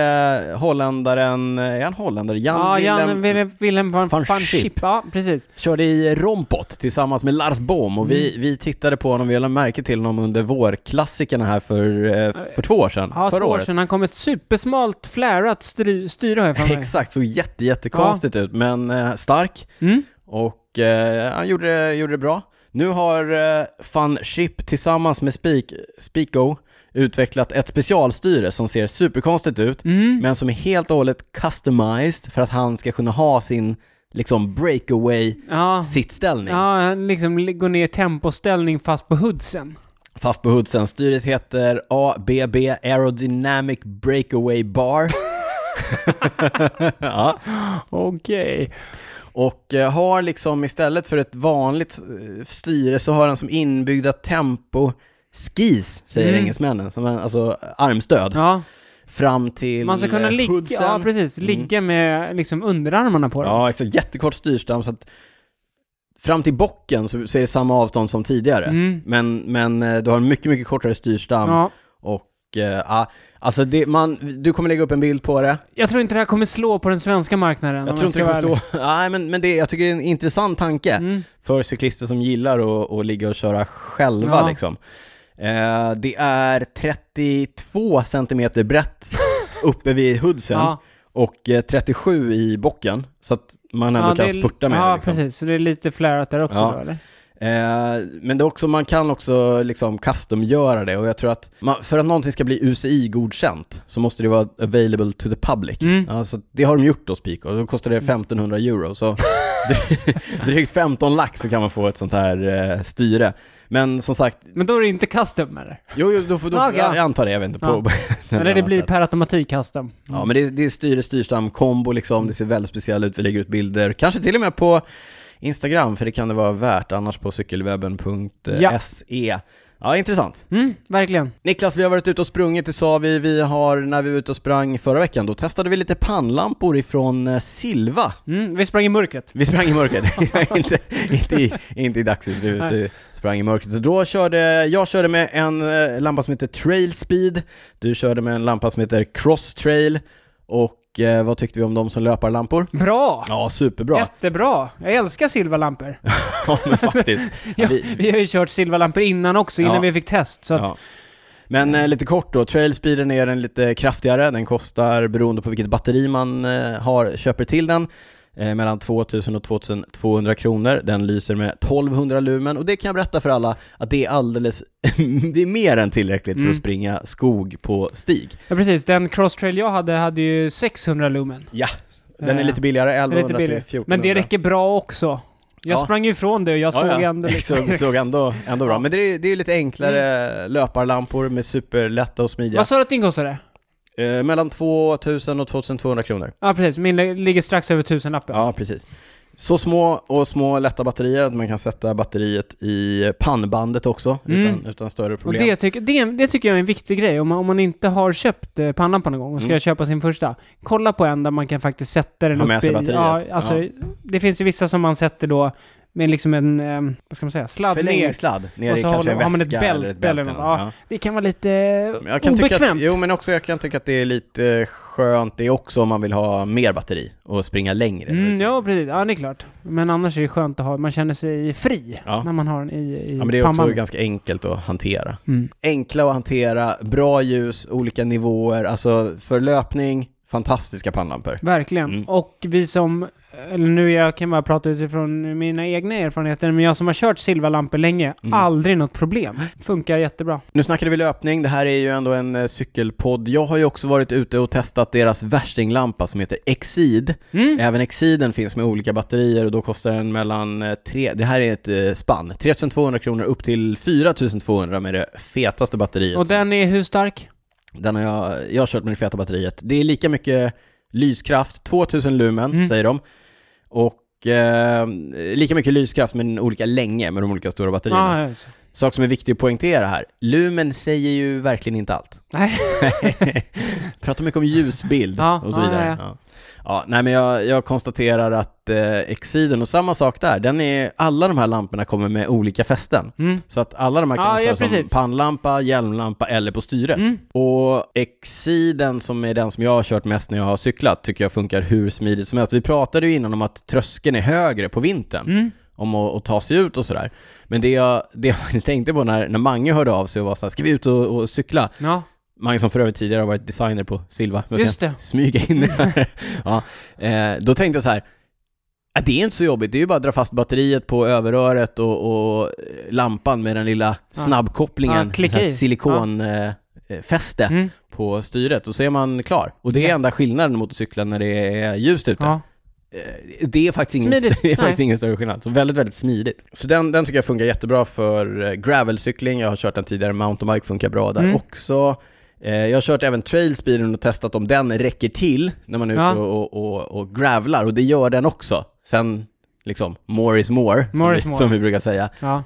eh, holländaren, eh, är han holländare? Jan,
Ja,
Willem,
Jan Willem, Willem van,
van
van,
Schip.
Schip. Ja, precis.
körde i Rompot tillsammans med Lars Bohm och vi, vi tittade på honom, vi lade märke till honom under vårklassikerna här för, eh, för två år sedan,
Ja,
förra
två år
året.
sedan. Han kom ett supersmalt flärat styr, styre har jag för mig.
Exakt, såg jätte, jättekonstigt ut, men eh, stark.
Mm.
Och eh, han gjorde, det- gjorde det bra. Nu har eh, Fun Ship tillsammans med Speak, Speako utvecklat ett specialstyre som ser superkonstigt ut,
Mm.
men som är helt och hållet customized för att han ska kunna ha sin liksom breakaway
Ja.
sittställning.
Ja, han liksom li- går ner i tempoställning fast på hoodsen.
Fast på hoodsen. Styret heter ABB Aerodynamic Breakaway Bar. ja.
Okej.
Och eh, har liksom istället för ett vanligt eh, styre så har den som inbyggda tempo skis, säger
Mm.
engelsmännen, som en, alltså armstöd,
Ja,
fram till
man ska kunna
eh,
ligga,
hoodsen.
ja, precis, ligga med liksom underarmarna på den.
Ja, exakt. Jättekort styrstam så att fram till bocken så, så är det samma avstånd som tidigare.
Mm.
Men, men eh, du har en mycket, mycket kortare styrstam
Ja.
och eh, ah, alltså det, man, du kommer lägga upp en bild på det.
Jag tror inte det här kommer slå på den svenska marknaden.
Jag
om
tror inte det
ska
kommer
vara
stå... Nej, men, men det, jag tycker det är en intressant tanke.
ärlig. Mm.
för cyklister som gillar att, att ligga och köra själva
Ja.
liksom. Eh, det är 32 centimeter brett uppe vid hoodsen
Ja,
och eh, 37 i bocken så att man ändå
ja,
kan
det är-
spurta med
Ja,
det. Liksom.
precis. Så det är lite flärat där också
Ja.
då, eller?
Eh, men det är också, man kan också liksom customgöra det och jag tror att man, för att någonting ska bli UCI-godkänt så måste det vara available to the public.
Mm.
Ja, så det har de gjort då Speak och då kostar det 1500 euro så dry- drygt 15 lax så kan man få ett sånt här eh, styre. Men som sagt,
Men då är det inte custom, eller?
jo, jo då får, då,
Ja, okej.
jag antar det, jag vet inte.
Ja.
På,
Eller det blir per automatik custom.
Ja men det, det är styre, styrstam, kombo liksom, det ser väldigt speciellt ut, vi lägger ut bilder, kanske till och med på Instagram, för det kan det vara värt, annars på cykelwebben.se. E. Ja. intressant.
Mm, verkligen.
Niklas, vi har varit ute och sprungit, det sa vi. Vi har, när vi var ute och sprang förra veckan, då testade vi lite pannlampor ifrån eh, Silva.
Mm, vi sprang i mörkret.
Vi sprang i mörkret, inte, inte, i, inte i dagsljus, vi var ute och sprang i mörkret. Så Då körde, jag körde med en eh, lampa som heter Trail Speed, du körde med en lampa som heter Cross Trail, och eh, vad tyckte vi om dem som löparlampor?
Bra!
Ja, superbra.
Jättebra! Jag älskar silverlampor.
Ja, men faktiskt. Ja,
Ja,
vi,
vi har ju kört silverlampor innan också, innan
Ja.
vi fick test. Så att,
ja. Men eh, lite kort då, Trail Speeden är den lite kraftigare, den kostar beroende på vilket batteri man eh, har, köper till den, eh, mellan 2000 och 2200 kronor. Den lyser med 1200 lumen och det kan jag berätta för alla att det är alldeles, det är mer än tillräckligt för
Mm.
att springa skog på stig.
Ja, precis. Den crosstrail jag hade hade ju 600 lumen.
Ja, den är
Eh,
lite billigare,
det är lite
1100 till
billigt.
1400.
Men det räcker bra också. Jag
Ja.
sprang ju ifrån det och jag såg ändå liksom...
såg, såg ändå, ändå bra. Men det är, det är lite enklare löparlampor med superlätta och smidiga.
Mm. Vad sa du att din kostade?
Eh, mellan 2000 och 2200 kronor.
Ja, precis. Min li- ligger strax över tusenlappen.
Ja, precis. Så små och små lätta batterier att man kan sätta batteriet i pannbandet också
Mm.
utan, utan större
Och
problem.
det, tycker, det, det tycker jag är en viktig grej. Om man, om man inte har köpt eh, pannan på någon gång och ska
Mm.
köpa sin första. Kolla på en där man kan faktiskt sätta den
Ha med
upp
sig
i...
batteriet.
Ja, alltså,
Ja.
Det finns ju vissa som man sätter då med liksom en, eh, vad ska man säga, sladd ner.
Förlängningssladd ner
Och
i
så
kanske
håller-
en
har man
väska
ett bälte
eller ett bälte.
eller
eller
något,
något.
Det kan vara lite
Men
eh,
Jag kan tycka att,
obekvämt.
jo, men också, jag kan tycka att det är lite eh, skönt det också om man vill ha mer batteri och springa längre.
Mm, ja, precis. Ja, det är klart. Men annars är det skönt att ha, man känner sig fri
Ja.
när man har den i, i
Ja, men det är också
pannbandet.
ganska enkelt att hantera.
Mm.
Enkla att hantera, bra ljus, olika nivåer, alltså för löpning, fantastiska pannlampor.
Verkligen.
Mm.
Och vi som, eller nu jag kan bara prata utifrån mina egna erfarenheter, men jag som har kört silverlampor länge,
Mm.
aldrig något problem. Funkar jättebra.
Nu snackade vi löpning, det här är ju ändå en eh, cykelpodd. Jag har ju också varit ute och testat deras värstinglampa som heter Exid.
Mm.
Även Exiden finns med olika batterier och då kostar den mellan eh, tre, det här är ett eh, spann, 3200 kronor upp till 4200 med det fetaste batteriet.
Och den är hur stark?
Den har jag, jag har kört med det feta batteriet. Det är lika mycket lyskraft, 2000 lumen
Mm.
säger de. Och eh, lika mycket lyskraft men olika länge med de olika stora batterierna.
Ja, ja, så.
Sak som är viktig att poängtera här, lumen säger ju verkligen inte allt.
Nej.
Pratar mycket om ljusbild
Ja,
och så
ja,
vidare.
ja,
Ja, Ja, nej men jag, jag konstaterar att eh, Exiden, och samma sak där, den är, alla de här lamporna kommer med olika fästen.
Mm.
Så att alla de här kan
Ja,
man
ja,
köra som
precis.
pannlampa, hjälmlampa eller på styret.
Mm.
Och Exiden som är den som jag har kört mest när jag har cyklat tycker jag funkar hur smidigt som helst. Vi pratade ju innan om att tröskeln är högre på vintern
Mm.
om att, att ta sig ut och sådär. Men det jag, det jag faktiskt tänkte på när, när Mange hörde av sig och var såhär, ska vi ut och, och cykla?
Ja.
Mange som för övrigt tidigare har varit designer på Silva. Jag
Just
kan
det.
Smyga in det. ja. eh, då tänkte jag så här. "Ah, Det är inte så jobbigt, det är ju bara att dra fast batteriet på överröret och, och eh, lampan med den lilla snabbkopplingen,
Ja, klicka
så här
i.
silikon eh, eh, fäste
Mm.
på styret och så är man klar. Och det är
Ja.
enda skillnaden mot att cykla när det är ljust ute.
Ja.
Eh, Det är faktiskt ingen,
Smidigt.
det är faktiskt
Nej.
ingen större skillnad. Så väldigt, väldigt smidigt. Så den, den tycker jag funkar jättebra för eh, gravelcykling. Jag har kört den tidigare, mountainbike funkar bra där
Mm.
också. Eh, Jag har kört även trailspeeden och testat om den räcker till när man är ute
Ja.
och, och, och, och gravlar och det gör den också. Sen liksom, more is more,
More
som,
is
vi,
more.
som vi brukar säga.
ja.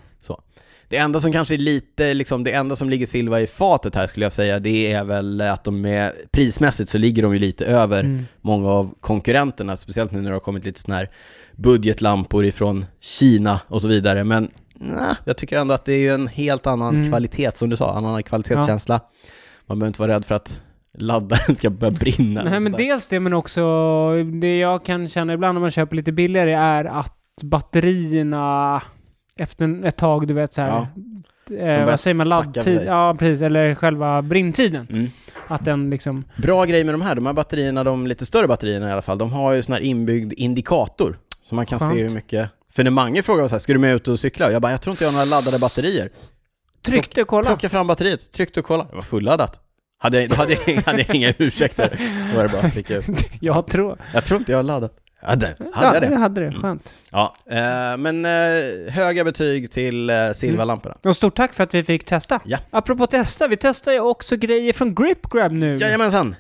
Det enda som kanske är lite, liksom, det enda som ligger Silva i fatet här skulle jag säga, det är väl att de är, prismässigt så ligger de ju lite över
Mm.
många av konkurrenterna, speciellt nu när det har kommit lite sådana här budgetlampor ifrån Kina och så vidare. Men nä, jag tycker ändå att det är ju en helt annan
Mm.
kvalitet, som du sa, en annan kvalitetskänsla. Man behöver inte vara rädd för att laddaren ska börja brinna. eller
Nej, men
sånt där.
dels det, men också det jag kan känna ibland när man köper lite billigare är att batterierna efter en- ett tag, du vet så här, eh,
börjar
vad säger man,
packa för
laddtid,
sig.
ja precis, eller själva brintiden.
Mm.
Att den liksom,
Bra grej med de här, de här batterierna, de lite större batterierna i alla fall, de har ju sån här inbyggd indikator. Så man kan
Skönt.
se hur mycket... För när Mange frågade så här, ska du med ut och cykla? Jag bara, jag tror inte jag har några laddade batterier.
tryckte och kolla.
Plocka fram batteriet, tryckte och kolla. Det var fulladdat. Hade jag, då hade jag, hade jag inga ursäkter. Då var det bara att sticka ut.
Jag tror...
Jag tror inte jag har laddat. Hade, hade jag
Ja,
det? Mm.
hade det. Skönt.
Ja, eh, men eh, höga betyg till eh, silverlamporna.
Och stort tack för att vi fick testa.
Ja.
Apropå testa, vi testar ju också grejer från GripGrab
Mm.
nu.
Jajamensan!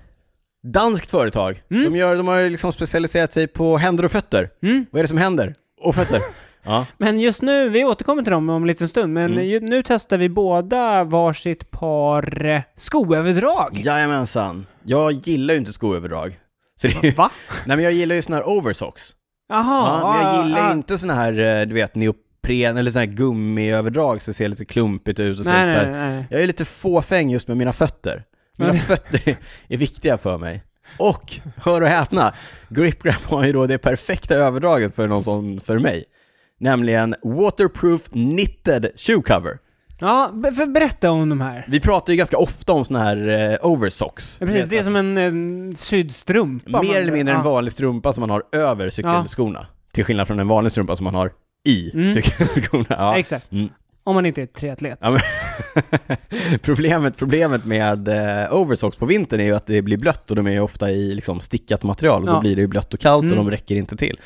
Danskt företag.
Mm.
De, gör, de har ju liksom specialiserat sig på händer och fötter.
Mm.
Vad är det som händer? Och fötter. ja.
Men just nu, vi återkommer till dem om en liten stund, men
Mm.
ju, nu testar vi båda varsitt par eh, skoöverdrag.
Jajamensan. Jag gillar ju inte skoöverdrag. Så det är ju...
Va?
Nej men jag gillar ju såna här oversocks.
Jaha.
ja, men jag
ah,
gillar
ah.
inte såna här, eh, du vet, neopren eller såna här gummiöverdrag som ser lite klumpigt ut och så
Nej,
lite så här.
nej, nej.
Jag är lite fåfäng just med mina fötter. Mina
Men-
fötter är- är viktiga för mig. Och, hör och häpna, GripGrab har ju då det perfekta överdraget för någon sån för mig. Nämligen Waterproof Knitted Shoe Cover.
Ja, be- för berätta om de här.
Vi pratar ju ganska ofta om såna här eh, oversocks.
Ja, precis, det är som en, en eh, sydstrumpa. man-
Mer eller mindre
ja.
en vanlig strumpa som man har över cykelskorna. Till skillnad från en vanlig strumpa som man har i
Mm.
cykelskorna. Ja.
Exakt.
Mm.
Om man inte är triatlet.
Problemet, problemet med eh, oversocks på vintern är ju att det blir blött och de är ju ofta i liksom, stickat material och då
Ja.
blir det ju blött och kallt
Mm.
och de räcker inte till.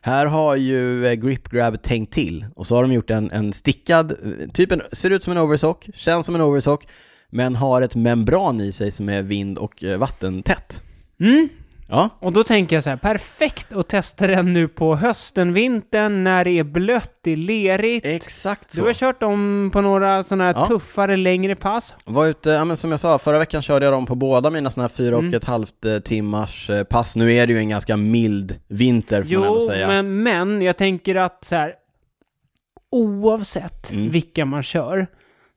Här har ju eh, Grip Grab tänkt till och så har de gjort en, en stickad, eh, typ en, ser ut som en oversock, känns som en oversock, men har ett membran i sig som är vind och eh, vattentätt.
Mm.
Ja,
Och då tänker jag så här, perfekt att testa den nu på hösten, vintern, när det är blött, det är lerigt.
exakt
Du har kört dem på några sådana här
Ja.
tuffare, längre pass.
Var ute, ja, men som jag sa, förra veckan körde jag dem på båda mina sådana här fyra och
Mm.
ett halvt eh, timmars eh, pass. Nu är det ju en ganska mild vinter får man ändå
Jo,
säga.
men, men jag tänker att så här, oavsett
Mm.
vilka man kör,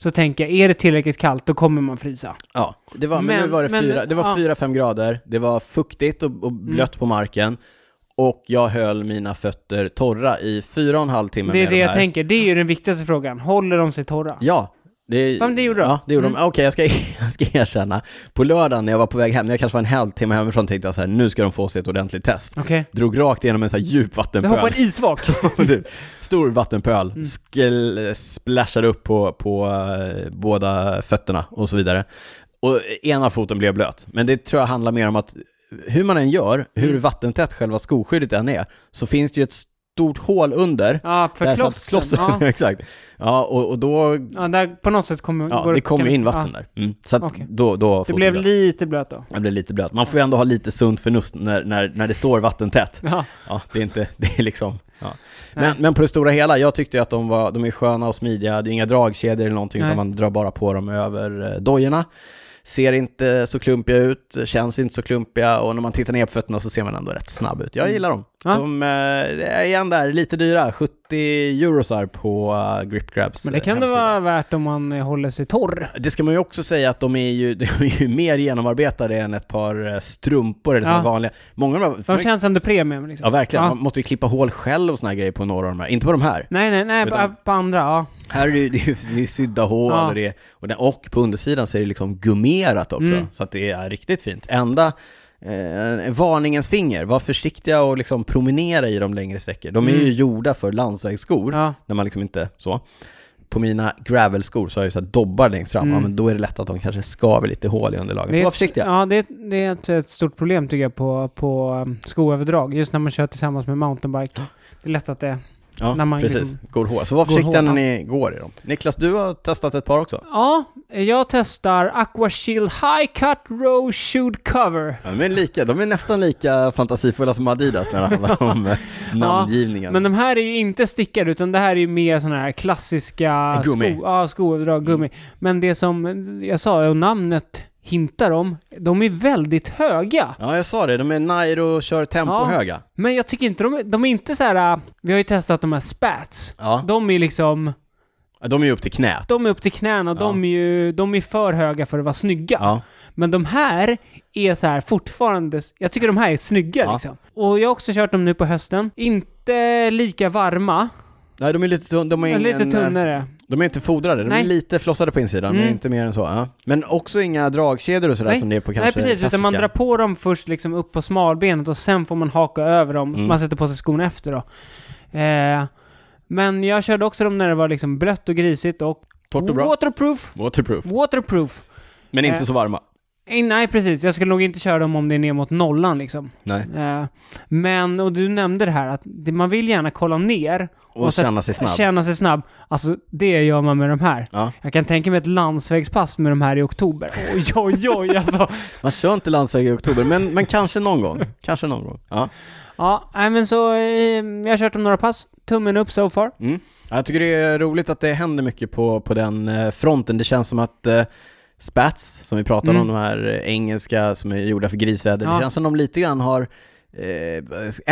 så tänker jag, är det tillräckligt kallt, då kommer man frysa.
Ja, det var, men,
Men-
nu var det
men-
fyra, det var
ja.
fyra, fem grader, det var fuktigt och, och blött på marken och jag höll mina fötter torra i fyra och en halv timme
det är
med
det
de
jag
här.
tänker, det är ju den viktigaste frågan. Håller de sig torra?
Ja. Det,
Ja, men det gjorde de. Mm.
ja, det gjorde de. Okej, jag, ska, jag ska erkänna. På lördagen när jag var på väg hem, när jag kanske var en halvtimme hemifrån, tänkte jag så här, nu ska de få sig ett ordentligt test.
Okej.
Drog rakt igenom en så här djup
Det
vattenpöl.
hoppar en isvak.
du, typ, stor vattenpöl, skl- splashade upp på, på eh, båda fötterna och så vidare. Och ena foten blev blöt, men det tror jag handlar mer om att hur man än gör, hur
Mm.
vattentätt själva skoskyddet än är, så finns det ju ett stort hål under.
Ja,
där
för
satt
klossen. Ja.
exakt. Ja, och, och då,
ja, där på något sätt kommer...
ja,
går
det kom
kan-
ju in vatten
ja.
där. Mm. Så att
Okej.
då, då var
Det
foten
blev
blöt.
lite blöt då.
Den blev lite blöt. Man får ju ändå ha lite sunt förnuft när, när, när det står vattentätt.
Ja.
Ja, det är inte, det är liksom, ja.
Nej.
men, men på det stora hela, jag tyckte ju att de var, de är sköna och smidiga, det är inga dragkedjor eller någonting,
Nej.
utan man drar bara på dem över eh, dojorna. Ser inte så klumpiga ut, känns inte så klumpiga och när man tittar ner på fötterna så ser man ändå rätt snabb ut. Jag
Mm.
gillar dem.
Ja.
De eh, är igen där, lite dyra, 70 eurosar på eh, Grip Grabs
Men det kan det
hemsida.
vara värt om man eh, håller sig torr.
Det ska man ju också säga att de är ju, de är ju mer genomarbetade än ett par eh, strumpor eller
Ja.
ja. vanliga. Många av de
De känns ändå premium liksom.
Ja, verkligen.
Ja.
Man måste ju klippa hål själv och såna här grejer på några av de här. Inte på de här.
Nej, nej, nej,
Utan-
på, på andra, ja.
Här är det, ju- det, är, ju- det är sydda hål
Ja.
och, det, är- och, den, och på undersidan så är det liksom gummerat också.
Mm.
Så att det är riktigt fint. Enda eh, varningens finger, var försiktiga och liksom promenera i dem längre sträckor. De är ju
Mm.
gjorda för landsvägsskor,
ja.
när man liksom inte så. På mina gravelskor så har jag ju så här dobbar längst fram,
Mm.
ja, men då är det lätt att de kanske skaver lite hål i underlagen. Så var försiktiga.
Ja, det, är- det är ett, ett stort problem tycker jag på, på um, skoöverdrag. Just när man kör tillsammans med mountainbike. Det är lätt att det...
Ja,
när man
precis.
liksom-
går hål. Så var
Går
försiktiga
hål,
när
ja.
ni går i dem. Niklas, du har testat ett par också.
Ja, jag testar Aqua Shield High Cut Row Shoot Cover.
Ja, men lika, de är nästan lika fantasifulla som Adidas när det handlar om eh, namngivningen.
Men de här är ju inte stickade, utan det här är ju mer sådana här klassiska
Gummi. Mm.
Sko, ja, skoöverdrag, gummi. Men det som jag sa, och namnet hintar om, de är väldigt höga.
Ja, jag sa det, de är Nairo kör tempohöga.
Men jag tycker inte de är, de är inte så här. äh, vi har ju testat de här spats.
Ja.
De är liksom,
De är ju upp till knät.
de är upp till knäna, de är ju, de är för höga för att vara snygga.
Ja.
Men de här är så här fortfarande, jag tycker de här är snygga
Ja.
liksom. Och jag har också kört dem nu på hösten. Inte lika varma,
Nej, de är lite, tunn, de är
men
ingen,
lite tunnare.
eh, De är inte fodrade, de
Nej.
är lite flossade på insidan, men
Mm.
inte mer än så. Ja. Men också inga dragkedjor och sådär
Nej.
som det är på kanske
Nej precis, utan man
klassiska.
drar på dem först liksom upp på smalbenet och sen får man haka över dem. Så
Mm.
man sätter på sig skon efter då. Eh, men jag körde också dem när det var liksom blött och grisigt och
Torrt och bra.
waterproof.
Waterproof.
Waterproof.
Men inte
Eh.
så varma.
Eh, nej precis, jag skulle nog inte köra dem om det är ner mot nollan liksom.
Nej.
Eh, men, och du nämnde det här att det, man vill gärna kolla ner
Och,
Och så-
känna sig snabb.
Känna sig snabb. Alltså, det gör man med de här.
Ja.
Jag kan tänka mig ett landsvägspass med de här i oktober. Oj, oj, oj alltså.
Man kör inte landsväg i oktober, men, men kanske någon gång. Kanske någon gång. Ja.
Ja, nej men så, eh, jag har kört om några pass. Tummen upp so far.
Mm. Ja, Jag tycker det är roligt att det händer mycket på, på den eh, fronten. Det känns som att eh, spats, som vi pratade om,
Mm.
de här eh, engelska som är gjorda för grisväder, det
Ja.
känns som de lite
Mm.
grann har eh,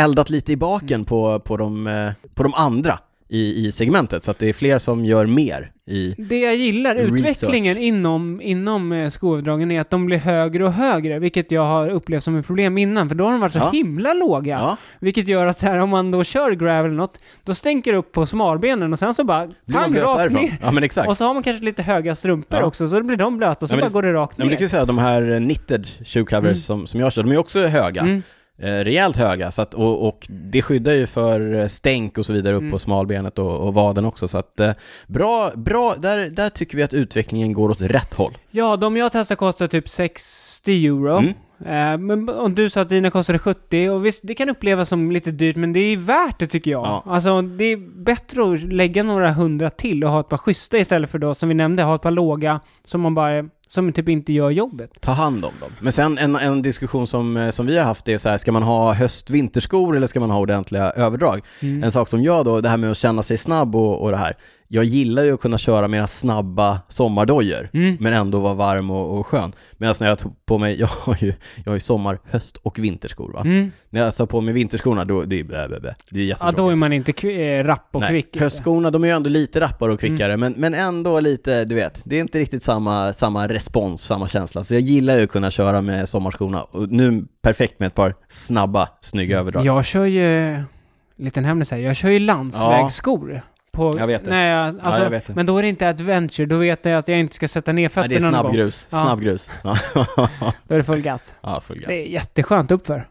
eldat lite i baken på, på, de, eh, på de andra. i, i segmentet. Så att det är fler som gör mer i...
Det jag gillar,
Research.
utvecklingen inom, inom eh, skoöverdragen är att de blir högre och högre, vilket jag har upplevt som ett problem innan, för då har de varit så
Ja.
himla låga.
Ja.
Vilket gör att så här, om man då kör gravel eller något, då stänker det upp på smalbenen och sen så bara
Blir man
pang,
blöt
rakt
därifrån?
ner.
Ja men exakt.
Och så har man kanske lite höga strumpor
Ja.
också, så blir de blöta och så
Ja, men
bara
det-
går det rakt
Nej, men
ner.
du kan ju säga de här eh, knitted shoe covers som, som jag kör, de är ju också höga.
Mm.
Eh, rejält höga, så att, och, och det skyddar ju för eh, stänk och så vidare upp på smalbenet och, och vaden också. Så att eh, bra, bra där, där tycker vi att utvecklingen går åt rätt håll.
Ja, de jag testar kostar typ 60 euro.
Mm.
Eh, Men om du sa att dina kostade 70, och visst, det kan upplevas som lite dyrt, men det är värt det tycker jag.
Ja.
Alltså, det är bättre att lägga några hundra till och ha ett par schyssta istället för då, som vi nämnde, ha ett par låga som man bara, som typ inte gör jobbet.
Ta hand om dem. Men sen en, en diskussion som, eh, som vi har haft är så här, ska man ha höst-vinterskor eller ska man ha ordentliga överdrag? En sak som jag då, det här med att känna sig snabb och, och det här. Jag gillar ju att kunna köra mina snabba sommardojor, men ändå vara varm och, och skön. Medan när jag tog på mig, jag har ju, jag har ju sommar, höst och vinterskor va. När jag tar på mig vinterskorna, då, det är, blä, blä, blä. Det är
Mm. Ja,
jättetråkigt.
då är man inte kvi- eh, rapp och
Nej,
kvick. Mm.
Höstskorna, de är ju ändå lite rappare och kvickare, men, men ändå lite, du vet, det är inte riktigt samma, samma respons, samma känsla. Så jag gillar ju att kunna köra med sommarskorna, och nu perfekt med ett par snabba, snygga överdrag.
Mm. Jag kör ju, liten hemlis här, jag kör ju landsvägsskor. På,
Jag vet det.
Nej, jag- alltså,
jag vet det.
Men då är det inte adventure, då vet jag att jag inte ska sätta ner
Nej, det är
fötterna någon gång.
snabbgrus,
Ja.
snabbgrus. Ja,
Då är det full gas.
ja full gas.
Det är jätteskönt uppför.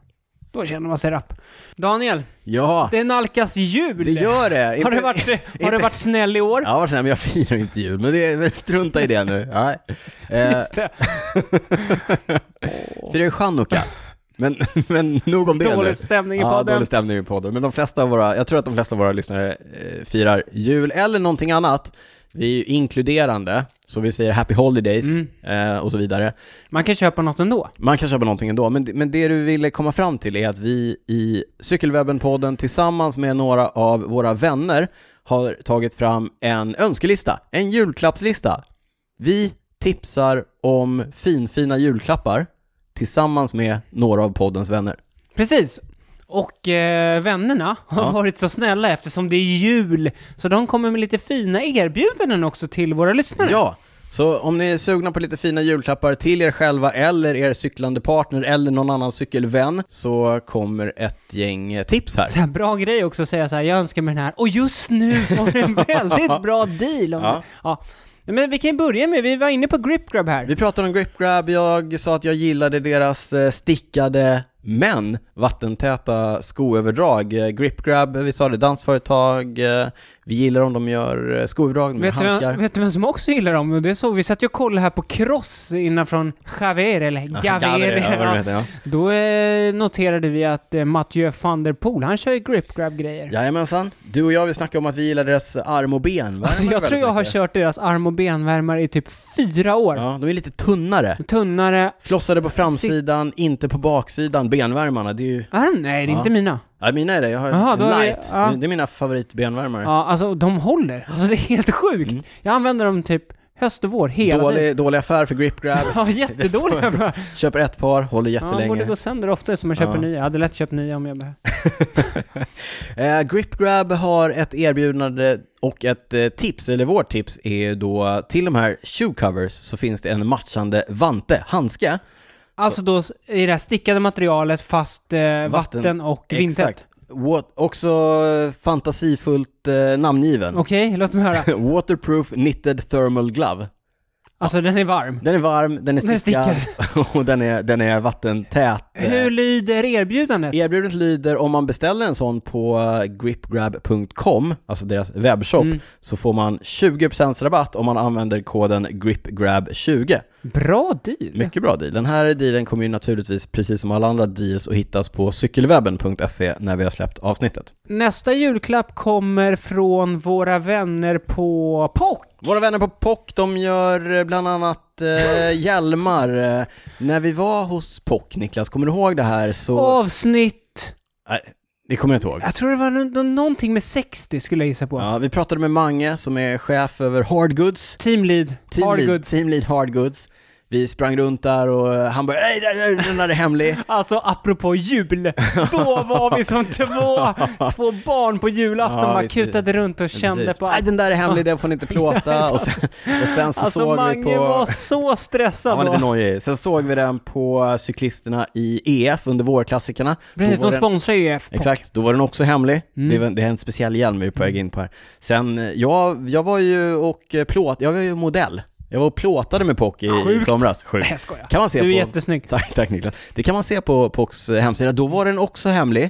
Då känner man sig rapp. Daniel,
Ja,
det nalkas jul!
det gör det.
har, du
Inte-
varit, har du varit snäll i år?
Ja, vad snäll, men jag firar ju inte jul, men, det är, men strunta i det nu. Nej. Eh,
Just det.
firar ju chanukka. Men, men nog om det nu.
Dålig stämning i
Ja,
podden.
dålig stämning i podden. Men de flesta av våra, jag tror att de flesta av våra lyssnare eh, firar jul eller någonting annat. Vi är ju inkluderande, så vi säger happy holidays
Mm.
eh, och så vidare.
Man kan köpa något ändå.
Man kan köpa någonting ändå, men, men det du ville komma fram till är att vi i Cykelwebben-podden tillsammans med några av våra vänner har tagit fram en önskelista, en julklappslista. Vi tipsar om finfina julklappar tillsammans med några av poddens vänner.
Precis. Och eh, vännerna har
Ja.
varit så snälla eftersom det är jul. Så de kommer med lite fina erbjudanden också till våra lyssnare.
Ja, så om ni är sugna på lite fina julklappar till er själva eller er cyklande partner eller någon annan cykelvän så kommer ett gäng eh, tips här.
Så här, bra grej också att säga så här, jag önskar mig den här och just nu får du en väldigt bra deal. Om
Ja.
det. ja. Men vi kan ju börja med, vi var inne på Grip Grab här.
Vi pratade om Grip Grab, jag sa att jag gillade deras eh, stickade men vattentäta skoöverdrag. Eh, Grip Grab, vi sa det, dansföretag, eh, vi gillar om de gör eh, skoöverdrag med
Vet du,
handskar.
vem, vet du vem som också gillar dem? Och Det såg vi, satt ju och kollade här på Cross innanför Javier, eller Gaver.
Ja, vad det
Ja,
heter, ja.
Då eh, noterade vi att eh, Mathieu van der Poel, han kör ju grip grab grejer.
Jajamensan, du och jag vi snackade om att vi gillar deras arm och ben.
Alltså, jag tror jag har kört deras arm och benvärmare i typ fyra år.
Ja, de är lite tunnare.
Tunnare.
Flossade på framsidan, inte på baksidan, benvärmarna. Det är ju...
Är de? Nej, det är
Ja.
inte mina.
Ja, mina är det. Jag har
Jaha, då har vi-
light.
ja.
Det är mina favoritbenvärmare.
Ja, alltså de håller. Alltså det är helt sjukt. Jag använder dem typ höst och vår hela tiden.
Mm. dålig, dålig affär för grip grab.
Ja, jättedåliga bra.
Köper ett par, håller
Ja, de
jättelänge.
borde gå sönder ofta som man köper
Ja.
nya. Jag hade lätt köpt nya om jag behövde.
eh, grip grab har ett erbjudande och ett eh, tips, eller vårt tips är då till de här shoe covers så finns det en matchande vante, handske.
Alltså då s- i det här stickade materialet fast eh, vatten, och vindtätt.
What, också eh, fantasifullt eh, namngiven.
Okej, låt mig höra.
Waterproof knitted thermal glove.
Alltså den är varm.
Den är varm, den är
Den är
stickad och den är, den är vattentät.
Hur lyder erbjudandet?
Erbjudandet lyder om man beställer en sån på eh, gripgrab.com, alltså deras webbshop, så får man 20% rabatt om man använder koden gripgrab20.
Bra deal.
Mycket bra deal. Den här dealen kommer ju naturligtvis, precis som alla andra deals, att hittas på cykelwebben.se när vi har släppt avsnittet.
Nästa julklapp kommer från våra vänner på POC.
Våra vänner på POC, de gör eh, bland annat eh, hjälmar. Eh, När vi var hos POC, Niklas, kommer du ihåg det här så...
Avsnitt...
Nej, det kommer jag inte ihåg.
Jag tror det var nå- någonting med 60 skulle jag gissa på.
Ja, vi pratade med Mange som är chef över Hardgoods.
Team lead.
Team
Hard
lead,
goods.
Team lead hard goods. Vi sprang runt där och han bara nej, nej, nej, den där är hemlig.
Alltså apropå jul, då var vi som två, två barn på julafton
Ja,
bara
visst,
kutade runt och kände
Precis.
på
Nej,
allt.
den där är hemlig, den får ni inte plåta. Och sen, och sen så
Alltså
såg
Mange
vi på...
var så
Han
stressad
var
då.
lite nojig. Sen såg vi den på cyklisterna i EF under vårklassikerna. Då
Precis,
var
de Mm.
den-
sponsrar ju EF.
Exakt, då var den också hemlig. Det, var, det är en speciell hjälm vi är på väg in på här. Sen, eh, jag, jag var ju och eh, plåt, jag var ju modell. Jag var och plåtade med POC i, i
Sjukt.
somras. Sjukt.
Nej, jag skojar.
Kan man se
Du är
på...
jättesnygg.
Tack, tack Niklas. Det kan man se på POCs hemsida. Då var den också hemlig,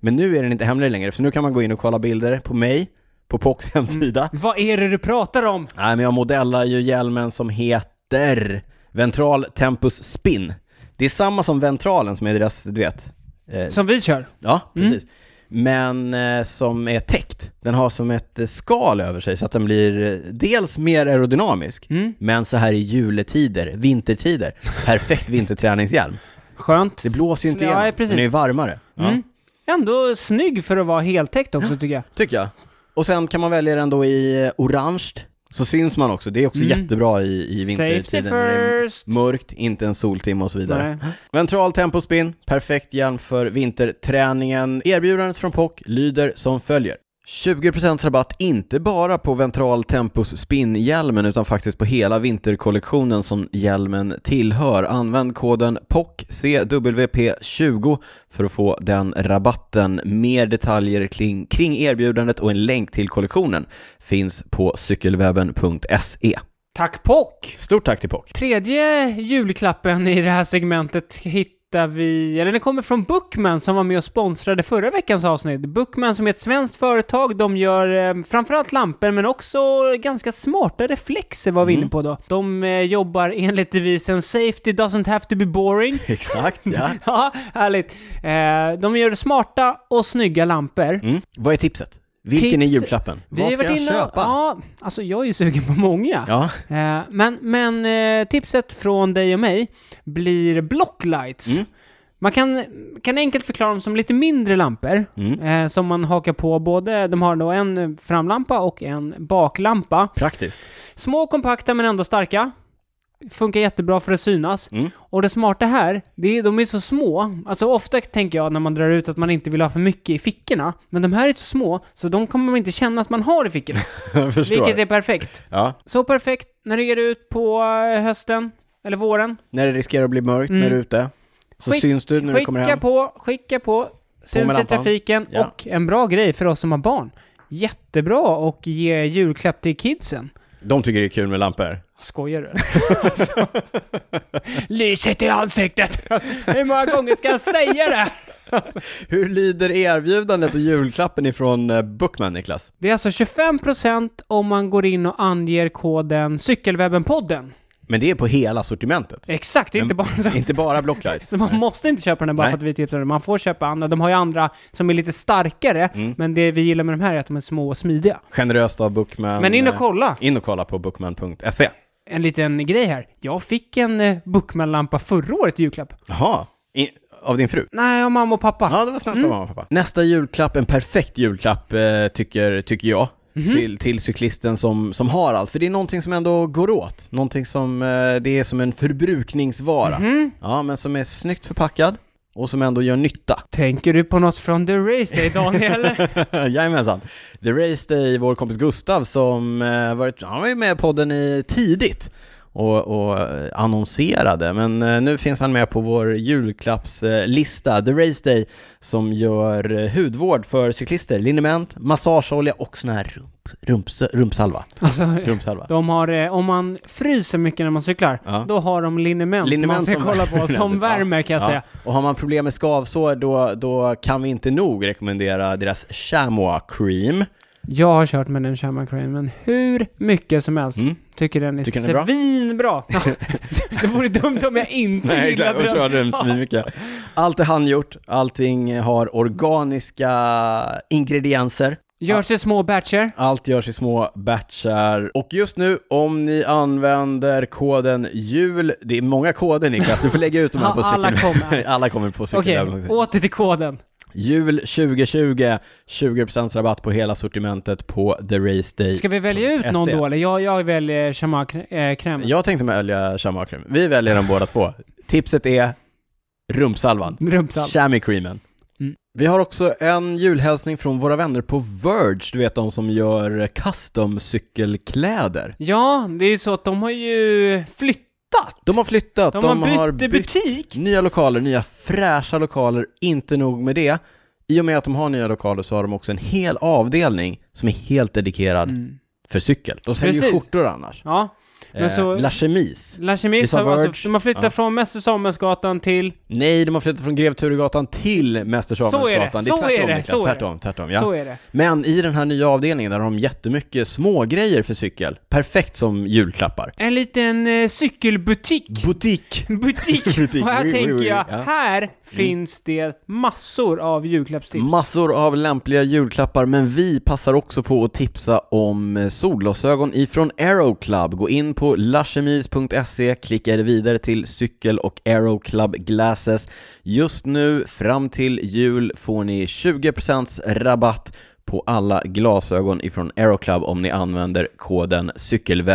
men nu är den inte hemlig längre. Så nu kan man gå in och kolla bilder på mig, på POCs hemsida.
Vad är det du pratar om?
Nej, men jag modellar ju hjälmen som heter Ventral Tempus Spin. Det är samma som ventralen som är deras, du vet. Eh,
Som vi kör?
ja, precis. Men eh, som är täckt. Den har som ett eh, skal över sig så att den blir eh, dels mer aerodynamisk, men så här i juletider, vintertider, perfekt vinterträningshjälm.
Skönt.
Det blåser ju inte
Ja,
igenom,
precis.
den är ju varmare. Ja.
Mm. Ändå snygg för att vara heltäckt också tycker jag.
Tycker jag. Och sen kan man välja den då i eh, orange, så syns man också. Det är också jättebra i, i
Mm. Safety
vintertiden. när det är
first.
Mörkt, inte en soltimme och så vidare.
Nej.
Ventral tempospin, perfekt hjälm för vinterträningen. Erbjudandet från POC lyder som följer. 20% rabatt inte bara på Ventral Tempus Spin-hjälmen utan faktiskt på hela vinterkollektionen som hjälmen tillhör. Använd koden POCCWP20 för att få den rabatten. Mer detaljer kring, kring erbjudandet och en länk till kollektionen finns på cykelwebben.se.
Tack Pock!
E. Stort tack till POC!
Tredje julklappen i det här segmentet hittar vi, eller den kommer från Bookman som var med och sponsrade förra veckans avsnitt. Bookman som är ett svenskt företag, de gör eh, framförallt lampor men också ganska smarta reflexer var vi
Mm.
inne på då. De eh, jobbar enligt devisen “Safety doesn't have to be boring”
Exakt, ja.
Ja, härligt. Eh, de gör smarta och snygga lampor.
Mm. Vad är tipset? Vilken är
Tips-
julklappen?
Vi
Vad
har
ska
varit
jag
inne-
köpa?
Ja, alltså jag är ju sugen på många.
Ja.
Eh, men men eh, tipset från dig och mig blir blocklights.
Mm.
Man kan, kan enkelt förklara dem som lite mindre lampor
Mm.
eh, som man hakar på både, de har då en framlampa och en baklampa.
Praktiskt.
Små, kompakta men ändå starka. Funkar jättebra för att synas.
Mm.
Och det smarta här, det är, de är så små. Alltså ofta tänker jag när man drar ut att man inte vill ha för mycket i fickorna. Men de här är så små, så de kommer man inte känna att man har i fickorna.
Jag förstår.
Vilket är perfekt.
Ja.
Så perfekt när du ger dig ut på eh, hösten, eller våren.
När det riskerar att bli mörkt när du är ute. Så
Skick-
syns du när du kommer
Mm. Skicka
hem.
på, skicka på. Syns i
lampan.
trafiken.
Ja.
Och en bra grej för oss som har barn. Jättebra och ge julklapp till kidsen.
De tycker det är kul med lampor.
Skojar du? Alltså, Lyset i ansiktet! Hur många gånger ska jag säga det?
Hur lyder erbjudandet och julklappen ifrån eh, Bookman, Niklas?
Det är alltså 25% om man går in och anger koden Cykelwebbenpodden.
Men det är på hela sortimentet.
Exakt, det är inte bara så.
Inte bara Blocklight.
Så man måste inte köpa den här bara
Nej.
för att vi tipsar om den. Man får köpa andra. De har ju andra som är lite starkare,
Mm.
men det vi gillar med de här är att de är små och smidiga.
Generöst av Bookman.
Men in och
eh,
kolla!
In och kolla på bookman.se.
En liten grej här. Jag fick en eh, Bookman-lampa förra året i julklapp.
Jaha, in, av din fru?
Nej, av mamma och pappa.
Ja, det var snällt av mamma och pappa. Nästa julklapp, en perfekt julklapp eh, tycker, tycker jag. Till, till cyklisten som, som har allt. För det är någonting som ändå går åt. Någonting som, eh, det är som en förbrukningsvara. Ja, men som är snyggt förpackad och som ändå gör nytta.
Tänker du på något från The Race Day, Daniel?
Jajamensan. The Race Day, vår kompis Gustav som eh, varit, han var ju med i podden i, tidigt och, och eh, annonserade, men eh, nu finns han med på vår julklappslista. The Race Day som gör eh, hudvård för cyklister, liniment, massageolja och sån här rump, rumps, rumpsalva.
alltså,
rumpsalva.
De har, eh, om man fryser mycket när man cyklar,
Ja.
då har de liniment, man ska kolla på, som värmer kan jag
Ja.
säga.
Och har man problem med skavsår då, då kan vi inte nog rekommendera deras chamois cream.
Jag har kört med den Shaman Crane, men hur mycket som helst
Mm.
tycker den är
Tycker den är bra?
svinbra. det vore dumt om jag inte gillade den.
svinmycket. Allt är handgjort, allting har organiska ingredienser.
Görs i små batcher.
Allt görs i små batchar. Och just nu, om ni använder koden JUL, det är många koder Niklas, du får lägga ut dem här på
Ja,
cykel.
alla kommer.
alla kommer på
Okej,
cykelwebben.
åter till koden.
Jul 2020, 20% rabatt på hela sortimentet på The Race Day.
Ska vi välja ut någon
SE.
då eller? Jag, jag väljer eh, chamarkrämen.
Jag tänkte välja chamois-creme. Vi väljer dem båda två. Tipset är rumsalvan.
Rumpsalva.
Chamois-creamen.
Mm.
Vi har också en julhälsning från våra vänner på Verge, du vet de som gör custom-cykelkläder.
Ja, det är ju så att de har ju flyttat.
De har flyttat,
De har bytt butik.
nya lokaler, nya fräscha lokaler, inte nog med det. I och med att de har nya lokaler så har de också en hel avdelning som är helt dedikerad
Mm.
för cykel. De säljer ju
Precis.
skjortor annars.
Ja, men
eh,
så-
La Chemise.
La
Vi
Chemise
sa
har
Verge.
alltså, de har flyttat
Ja.
från Mäster Samuelsgatan till...
Nej, de har flyttat från Grev Turegatan till Mäster Samuelsgatan.
Så är det, så
tvärtom
är det,
Niklas,
så är det.
tvärtom, tvärtom. Ja.
Så är det.
Men i den här nya avdelningen där har de jättemycket smågrejer för cykel. Perfekt som julklappar.
En liten eh, cykelbutik.
Butik!
Butik!
Butik,
Och här
oui, oui,
tänker
oui,
jag,
ja. Mm.
här finns det massor av julklappstips.
Massor av lämpliga julklappar, men vi passar också på att tipsa om eh, solglasögon ifrån Aero Club. Gå in på lachemise.se, klicka er vidare till cykel och Aero Club Glasses. Just nu, fram till jul, får ni 20% rabatt på alla glasögon ifrån Aero Club om ni använder koden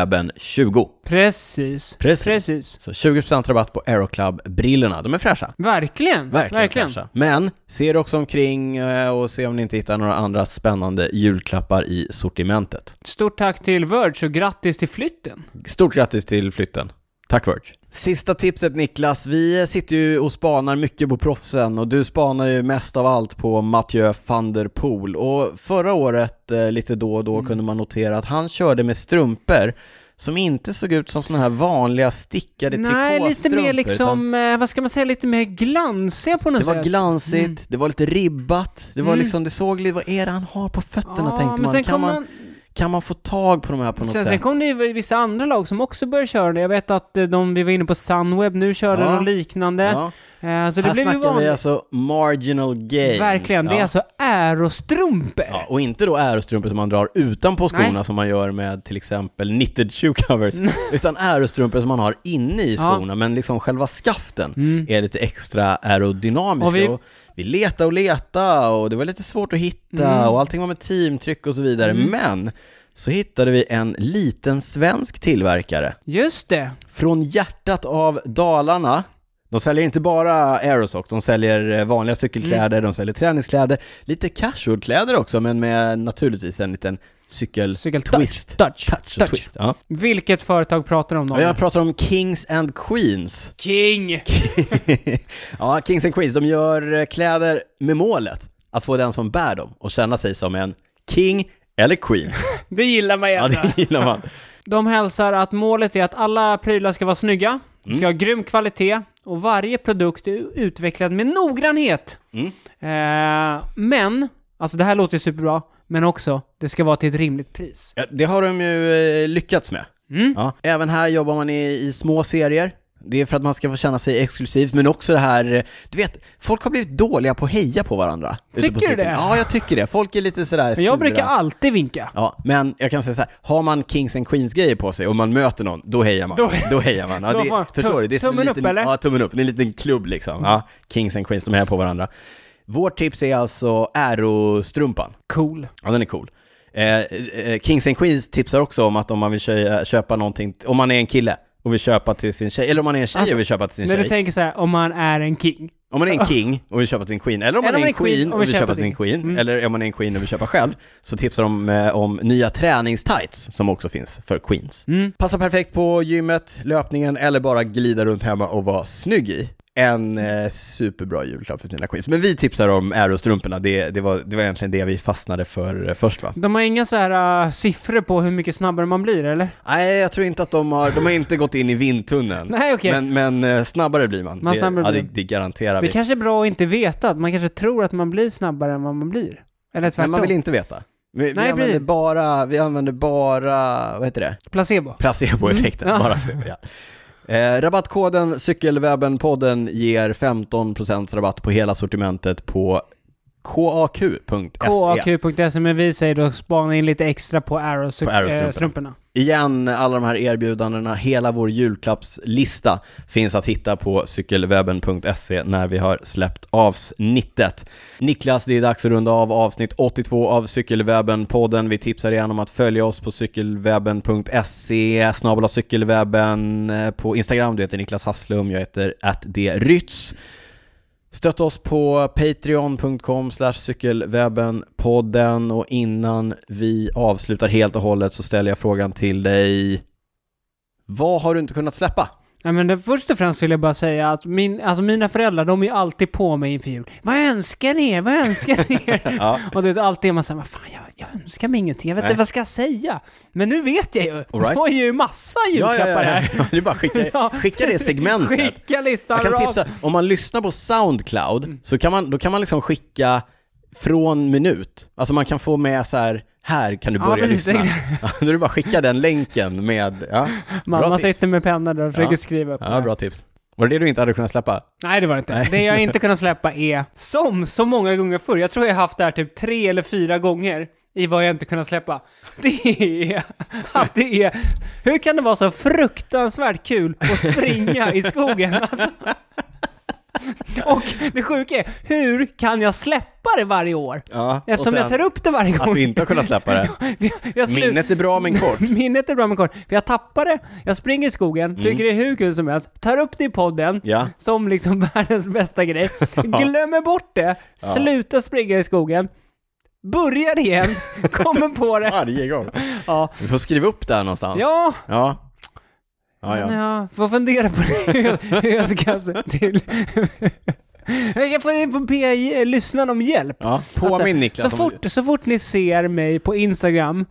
cykelwebben20.
Precis.
Precis.
Precis.
Så 20% rabatt på Aero Club-brillorna, de är fräscha.
Verkligen.
Verkligen, fräscha. Men se er också omkring eh, och se om ni inte hittar några andra spännande julklappar i sortimentet.
Stort tack till Verge och grattis till flytten.
Stort grattis till flytten. Tack Verge. Sista tipset Niklas, vi sitter ju och spanar mycket på proffsen och du spanar ju mest av allt på Mathieu van der Poel och förra året eh, lite då och då
Mm.
kunde man notera att han körde med strumpor som inte såg ut som sådana här vanliga stickade
Nej, lite
trikåstrumpor,
mer
utan-
liksom, eh, vad ska man säga, lite mer glansiga på något
Det
sätt.
var glansigt, det var lite ribbat, det var
Alltså, Mm.
liksom, det såg lite, vad är det han har på fötterna
Ja,
tänkte
men
man.
sen
Kan,
kom
man.
man-
kan man få tag på de här på något
Sen, sen
sätt?
kom det ju vissa andra lag som också började köra det. Jag vet att eh, de vi var inne på Sunweb nu körde
Ja.
något liknande.
Ja.
Eh, Så det
Här
blev ju
snackar vi
vanligt.
alltså marginal gains.
Verkligen, det är
Ja.
alltså ärostrumpor.
Ja, och inte då ärostrumpor som man drar utanpå skorna
Nej. Mm.
som man gör med till exempel knitted shoe covers, utan ärostrumpor som man har inne i
Ja.
skorna, men liksom själva skaften
Mm.
är lite extra aerodynamiska.
Och
vi...
vi-
Och vi letade och letade och det var lite svårt att hitta
Mm.
och allting var med teamtryck och så vidare, men så hittade vi en liten svensk tillverkare
Just det.
från hjärtat av Dalarna. De säljer inte bara Aerosock, de säljer eh, vanliga cykelkläder, de säljer träningskläder, lite casualkläder också, men med naturligtvis en liten cykeltwist.
Cykeltwist. Touch.
Touch, och twist. Ja.
Vilket företag pratar om
Och
dem?
jag pratar om Kings and Queens.
King!
ja, Kings and Queens, de gör eh, kläder med målet att få den som bär dem och känna sig som en king eller queen.
Det gillar man
Ja, det gillar man.
De hälsar att målet är att alla prylar ska vara snygga, ska
Mm.
ha grym kvalitet och varje produkt är utvecklad med noggrannhet.
Mm.
Eh, men, alltså det här låter ju superbra, men också, det ska vara till ett rimligt pris.
Ja, Det har de ju eh, lyckats med.
Mm.
Ja. Även här jobbar man i, i små serier. Det är för att man ska få känna sig exklusiv, men också det här, eh, du vet, folk har blivit dåliga på att heja på varandra. ute
Tycker
på
du
cykeln.
det?
Ja, jag tycker det. Folk är lite sådär
Men jag brukar
sura.
alltid vinka.
Ja, men jag kan säga så här, har man Kings and Queens-grejer på sig och man möter någon, då hejar man. Då,
Då-
hejar man. Ja,
då
det,
får man-
förstår du? Det är som en
tummen upp,
liten,
eller?
Ja, tummen upp. Det är en liten klubb liksom. Ja, Kings and Queens, de hejar på varandra. Vårt tips är alltså ärostrumpan.
Cool.
Ja, den är cool. Eh, eh, Kings and Queens tipsar också om att om man vill tjö- köpa någonting, om man är en kille och vill köpa till sin tjej, eller om man är en tjej
Alltså,
och vill köpa till sin
När
tjej.
du tänker så här, om man är en king.
Om man är en king och vill köpa till sin queen, Ah. eller om man är en queen och vill köpa till sin queen,
Mm.
eller om man är en queen och vill köpa själv, så tipsar de eh, om nya träningstights som också finns för queens.
Mm.
Passar perfekt på gymmet, löpningen eller bara glida runt hemma och vara snygg i. En eh, superbra julklapp för sina queens. Men vi tipsar om aerostrumporna, det, det, var, det var egentligen det vi fastnade för eh, först va?
De har inga så här äh, siffror på hur mycket snabbare man blir, eller?
Nej, jag tror inte att de har, de har inte gått in i vindtunneln.
Nej, okej.
Mm. Men, men eh, snabbare blir man.
Man
det,
snabbare
ja,
blir
det,
man.
det garanterar
Det
vi.
kanske är bra att inte veta, att man kanske tror att man blir snabbare än vad man blir. Eller
Men
tvärtom.
man vill inte veta. Vi, vi,
Nej,
använder
precis.
bara, vi använder bara, vad heter det?
Placebo.
Placeboeffekten.
Mm. Ja.
Bara placebo, ja. Eh, rabattkoden Cykelwebbenpodden ger 15% rabatt på hela sortimentet på e. KAQ.se.
KAQ.se, men vi säger då spana in lite extra på eh,
På Arrow-strumporna.
Arrow-strumporna.
Igen, alla de här erbjudandena, hela vår julklappslista finns att hitta på cykelwebben.se när vi har släppt avsnittet. Niklas, det är dags att runda av avsnitt 82 av Cykelwebben-podden. Vi tipsar igen om att följa oss på cykelwebben.se, snabel cykelwebben eh, på Instagram. Du heter Niklas Hasslum, jag heter attdrytz. Stötta oss på patreon.com cykelwebbenpodden och innan vi avslutar helt och hållet så ställer jag frågan till dig. Vad har du inte kunnat släppa?
Nej men det, först och främst vill jag bara säga att min, alltså mina föräldrar, de är ju alltid på mig inför jul. Vad önskar ni er? Vad önskar ni er?
Ja,
Och du vet, alltid är man såhär, vad fan jag, jag önskar mig ingenting, jag vet inte
Nej.
vad ska jag säga? Men nu vet jag ju!
All right.
Jag har ju massa
ja,
julklappar
ja, ja,
här.
ja. Du bara skicka,
Ja.
skicka det segmentet.
Skicka listan
Jag kan
rakt. Mm.
tipsa, om man lyssnar på Soundcloud så kan man, då kan man liksom skicka från minut. Alltså man kan få med så här, här kan du
Ja,
börja
precis,
lyssna. Ja, då är det bara att skicka den länken med, ja, bra
Mamma
tips.
sitter med pennan där och försöker
Ja.
skriva upp det
Ja,
här.
bra tips. Var det det du inte hade kunnat släppa?
Nej, det var det inte.
Nej.
Det jag inte kunnat släppa är, som så många gånger förr, jag tror jag har haft det här typ tre eller fyra gånger i vad jag inte kunnat släppa. Det är att det är... Hur kan det vara så fruktansvärt kul att springa i skogen? Alltså. Och det sjuka är, hur kan jag släppa det varje år?
Ja, och
Eftersom jag
sen-
tar upp det varje gång.
Att du inte har kunnat släppa det.
Vi- vi har slut-
Minnet är bra men kort.
Minnet är bra men kort. För jag tappar det, jag springer i skogen,
Mm.
tycker det är hur kul som helst, tar upp det i podden,
Ja.
som liksom världens bästa grej, glömmer bort det, slutar springa i skogen, börjar igen, kommer på det.
Varje gång.
Ja,
Vi får skriva upp det här någonstans.
ja,
Ja. Ja,
men
ja.
jag får fundera på det, hur jag- hur jag ska se till. Jag får, får be eh, lyssnarna om hjälp.
ja.
Alltså,
Påminn
så
Niklas om-
fort, så fort ni ser mig på Instagram,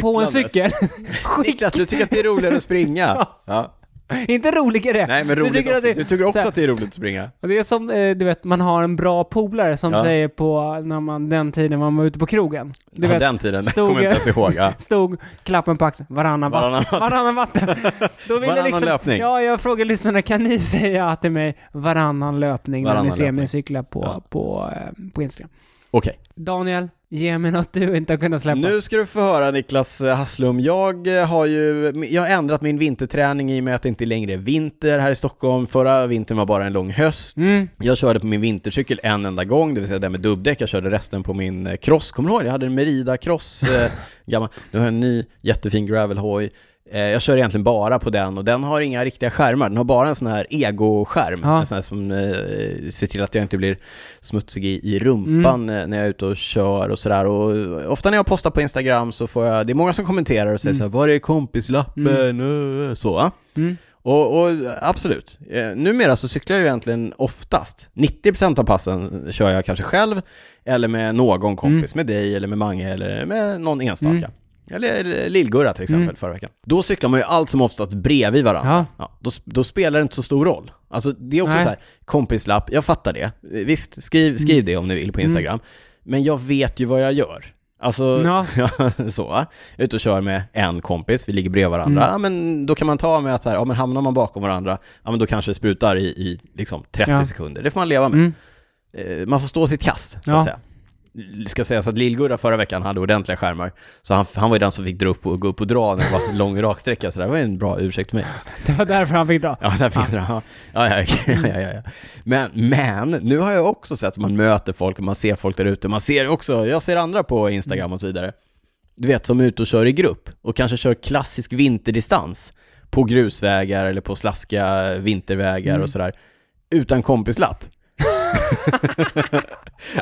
på en
cyklandes.
cykel, skicka
Niklas, du tycker att det är roligare att springa. ja.
Inte roligare!
Nej, men roligt
du tycker,
också.
att det,
Du tycker också
så här-
att det är roligt att springa.
det är som, eh, du vet, man har en bra polare som
Ja.
säger på, när man, den tiden man var ute på krogen. Du
Ja,
vet,
den tiden, det
stod-
kommer jag inte ens ihåg. Ja.
stod klappen på axeln, varannan vatten.
Varannan vatten.
Varannan vatten. Då vill jag
Varannan
liksom,
löpning.
Ja, jag frågar lyssnarna, kan ni säga till mig varannan löpning när
Varannan
ni ser
löpning.
mig cykla på,
Ja.
på, eh, på Instagram?
Okej.
Daniel, ge mig något du inte har kunnat släppa.
Nu ska du få höra Niklas eh, Hasslum. Jag eh, har ju jag har ändrat min vinterträning i och med att det inte längre är vinter här i Stockholm. Förra vintern var bara en lång höst.
Mm.
Jag körde på min vintercykel en enda gång, det vill säga den med dubbdäck. Jag körde resten på min eh, cross. Kommer du ihåg det? Jag hade en Merida-cross. Eh, gammal. Nu har jag en ny jättefin gravelhoj. Eh, jag kör egentligen bara på den och den har inga riktiga skärmar. Den har bara en sån här ego-skärm.
Ja.
En sån här som eh, ser till att jag inte blir smutsig i, i rumpan
Mm.
eh, när jag är ute och kör och sådär. Och eh, ofta när jag postar på Instagram så får jag, det är många som kommenterar och säger så här, var är kompislappen? Eh, Så va?
Mm.
Och, och absolut, eh, numera så cyklar jag ju egentligen oftast, 90% av passen kör jag kanske själv eller med någon kompis, med dig eller med Mange eller med någon enstaka.
Mm.
Eller Lillgurra till exempel
Mm.
förra veckan. Då cyklar man ju allt som oftast bredvid varandra.
Ja.
Ja, då, då spelar det inte så stor roll. Alltså det är också
Nej.
så här, kompislapp, jag fattar det. Visst, skriv, skriv
Mm.
det om ni vill på Instagram. Men jag vet ju vad jag gör. Alltså,
Ja.
så. va? Jag är ute och kör med en kompis, vi ligger bredvid varandra.
Mm.
Ja, men då kan man ta med att så här, ja, men hamnar man bakom varandra, ja, men då kanske det sprutar i, i liksom 30
Ja.
sekunder. Det får man leva med.
Mm.
Eh, Man får stå sitt kast, så
Ja.
att säga. Det ska sägas att Lill-Gurra förra veckan hade ordentliga skärmar, så han, han var ju den som fick dra upp och gå upp och dra när det var lång raksträcka, så det var ju en bra ursäkt för mig.
Det var därför han fick dra.
Ja, där finns det. Ja, ja, ja, ja,
Mm.
ja, ja. Men, men, nu har jag också sett att man möter folk och man ser folk där ute. Man ser också, jag ser andra på Instagram och så vidare. Du vet, som är ute och kör i grupp och kanske kör klassisk vinterdistans på grusvägar eller på slaskiga vintervägar
Mm.
och sådär. Utan kompislapp.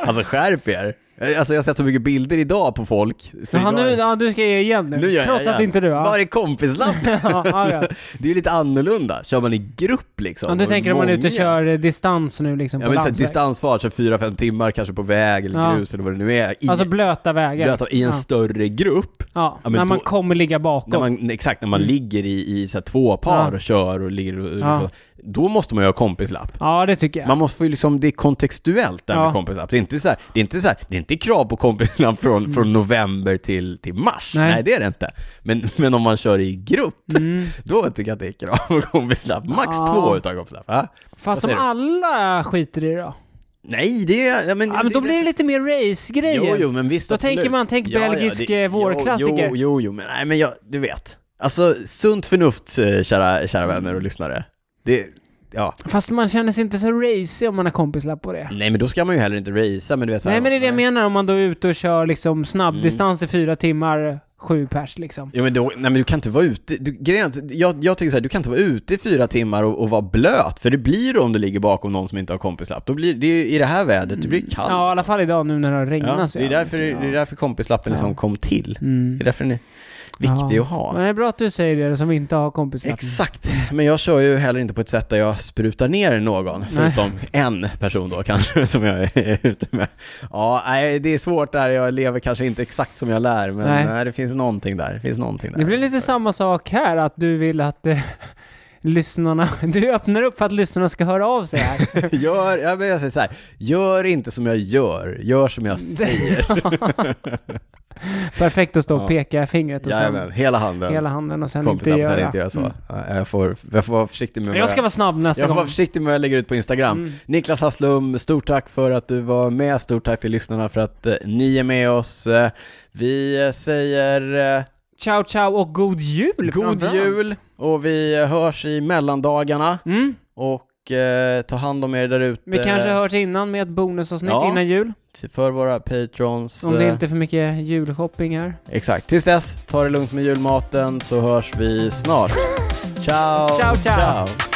alltså skärp er. Alltså jag har sett så mycket bilder idag på folk.
Jaha, nu, ja, du ska ge igen nu.
Nu gör
Trots
jag
att inte du... Ja.
Var är kompislappen?
ja, ja, ja.
Det är ju lite annorlunda. Kör man i grupp liksom?
Om du
och
tänker om man är ute och
många-
kör eh, distans nu liksom
Ja
på
men såhär,
landsväg.
distansfart, så fyra, fem timmar kanske på väg eller
Ja.
grus eller vad det nu är. I,
Alltså blöta vägar.
blöta- i en
ja.
större grupp.
Ja,
Ja, men
när man
då-
kommer ligga bakom.
När man, exakt, när man ligger i, i så här, två par
Mm. Ja.
och kör och ligger och, och
Ja.
så, Då måste man ju ha kompislapp.
Ja, det tycker jag.
Man måste få ju liksom, det är kontextuellt där med
Ja.
kompislapp. Det är inte så här, det är inte så här, det är inte krav på kompislapp från, från november till, till mars. Nej.
Mm. Nej.
det är det inte. Men, men om man kör i grupp,
Mm.
då tycker jag att det är krav på kompislapp. Max
Ja.
två utav kompislapp. Va?
Fast
Vad
om
säger
alla skiter i det då?
Nej, det är... Ja, men,
Ja, men då
det-
blir det lite mer
Jo,
race-grejer.
jo, men visst
Då
absolut.
tänker man, tänk belgisk, eh, vårklassiker.
Jo, jo, jo, men nej, men jag, du vet. Alltså, sunt förnuft, eh, kära, kära vänner och lyssnare. Det, ja.
Fast man känner sig inte så racy om man har kompislapp på det.
Nej, men då ska man ju heller inte racea, men du vet så här-
Nej men det är det jag menar om man då är ute och kör liksom
Mm.
snabbdistans i fyra timmar, sju pers liksom.
Ja, men då, nej men du kan inte vara ute, du, grejen är att jag, jag tycker så här, du kan inte vara ute i fyra timmar och, och vara blöt, för det blir det om du ligger bakom någon som inte har kompislapp. Då blir det är ju i det här vädret, det blir kallt.
Mm. Ja i alla fall idag nu när det har
Ja,
regnat. så
det, är
jävla
därför, det
mycket,
är
ja.
därför kompislappen liksom
Ja.
kom till.
Mm.
Det är därför den är viktig
Ja.
att ha.
Men det är bra att du säger det som inte har kompislapp.
Exakt, men jag kör ju heller inte på ett sätt där jag sprutar ner någon,
Nej.
förutom en person då kanske, som jag är ute med. Ja, nej, det är svårt där, jag lever kanske inte exakt som jag lär, men nej.
Nej.
det finns någonting där. Det finns någonting där.
Det blir lite samma sak här, att du vill att eh, lyssnarna... Du öppnar upp för att lyssnarna ska höra av sig här.
Gör, jag, men jag säger så här, gör inte som jag gör, gör som jag säger.
Perfekt att stå och
Ja.
peka fingret och
Jajamän,
sen
hela handen.
hela handen och sen inte
Kompisar
göra.
inte göra så.
Mm.
Ja, Jag, får, jag får vara försiktig med
Men jag ska vara snabb nästa
jag får
gång.
vara försiktig med vad jag lägger ut på Instagram.
Alltså, Mm.
Niklas Hasslum, stort tack för att du var med. Stort tack till lyssnarna för att eh, ni är med oss. Eh, Vi eh, säger eh,
Ciao ciao och god jul
god
framförallt.
jul och vi eh, hörs i mellandagarna.
Mm.
Och eh, ta hand om er där ute.
Vi kanske hörs innan med ett bonusavsnitt
Eh. Ja.
innan jul.
För våra patrons.
Om det
eh,
inte är för mycket julshopping här.
Exakt. Tills dess, ta det lugnt med julmaten så hörs vi snart. Ciao!
Ciao, ciao.
ciao.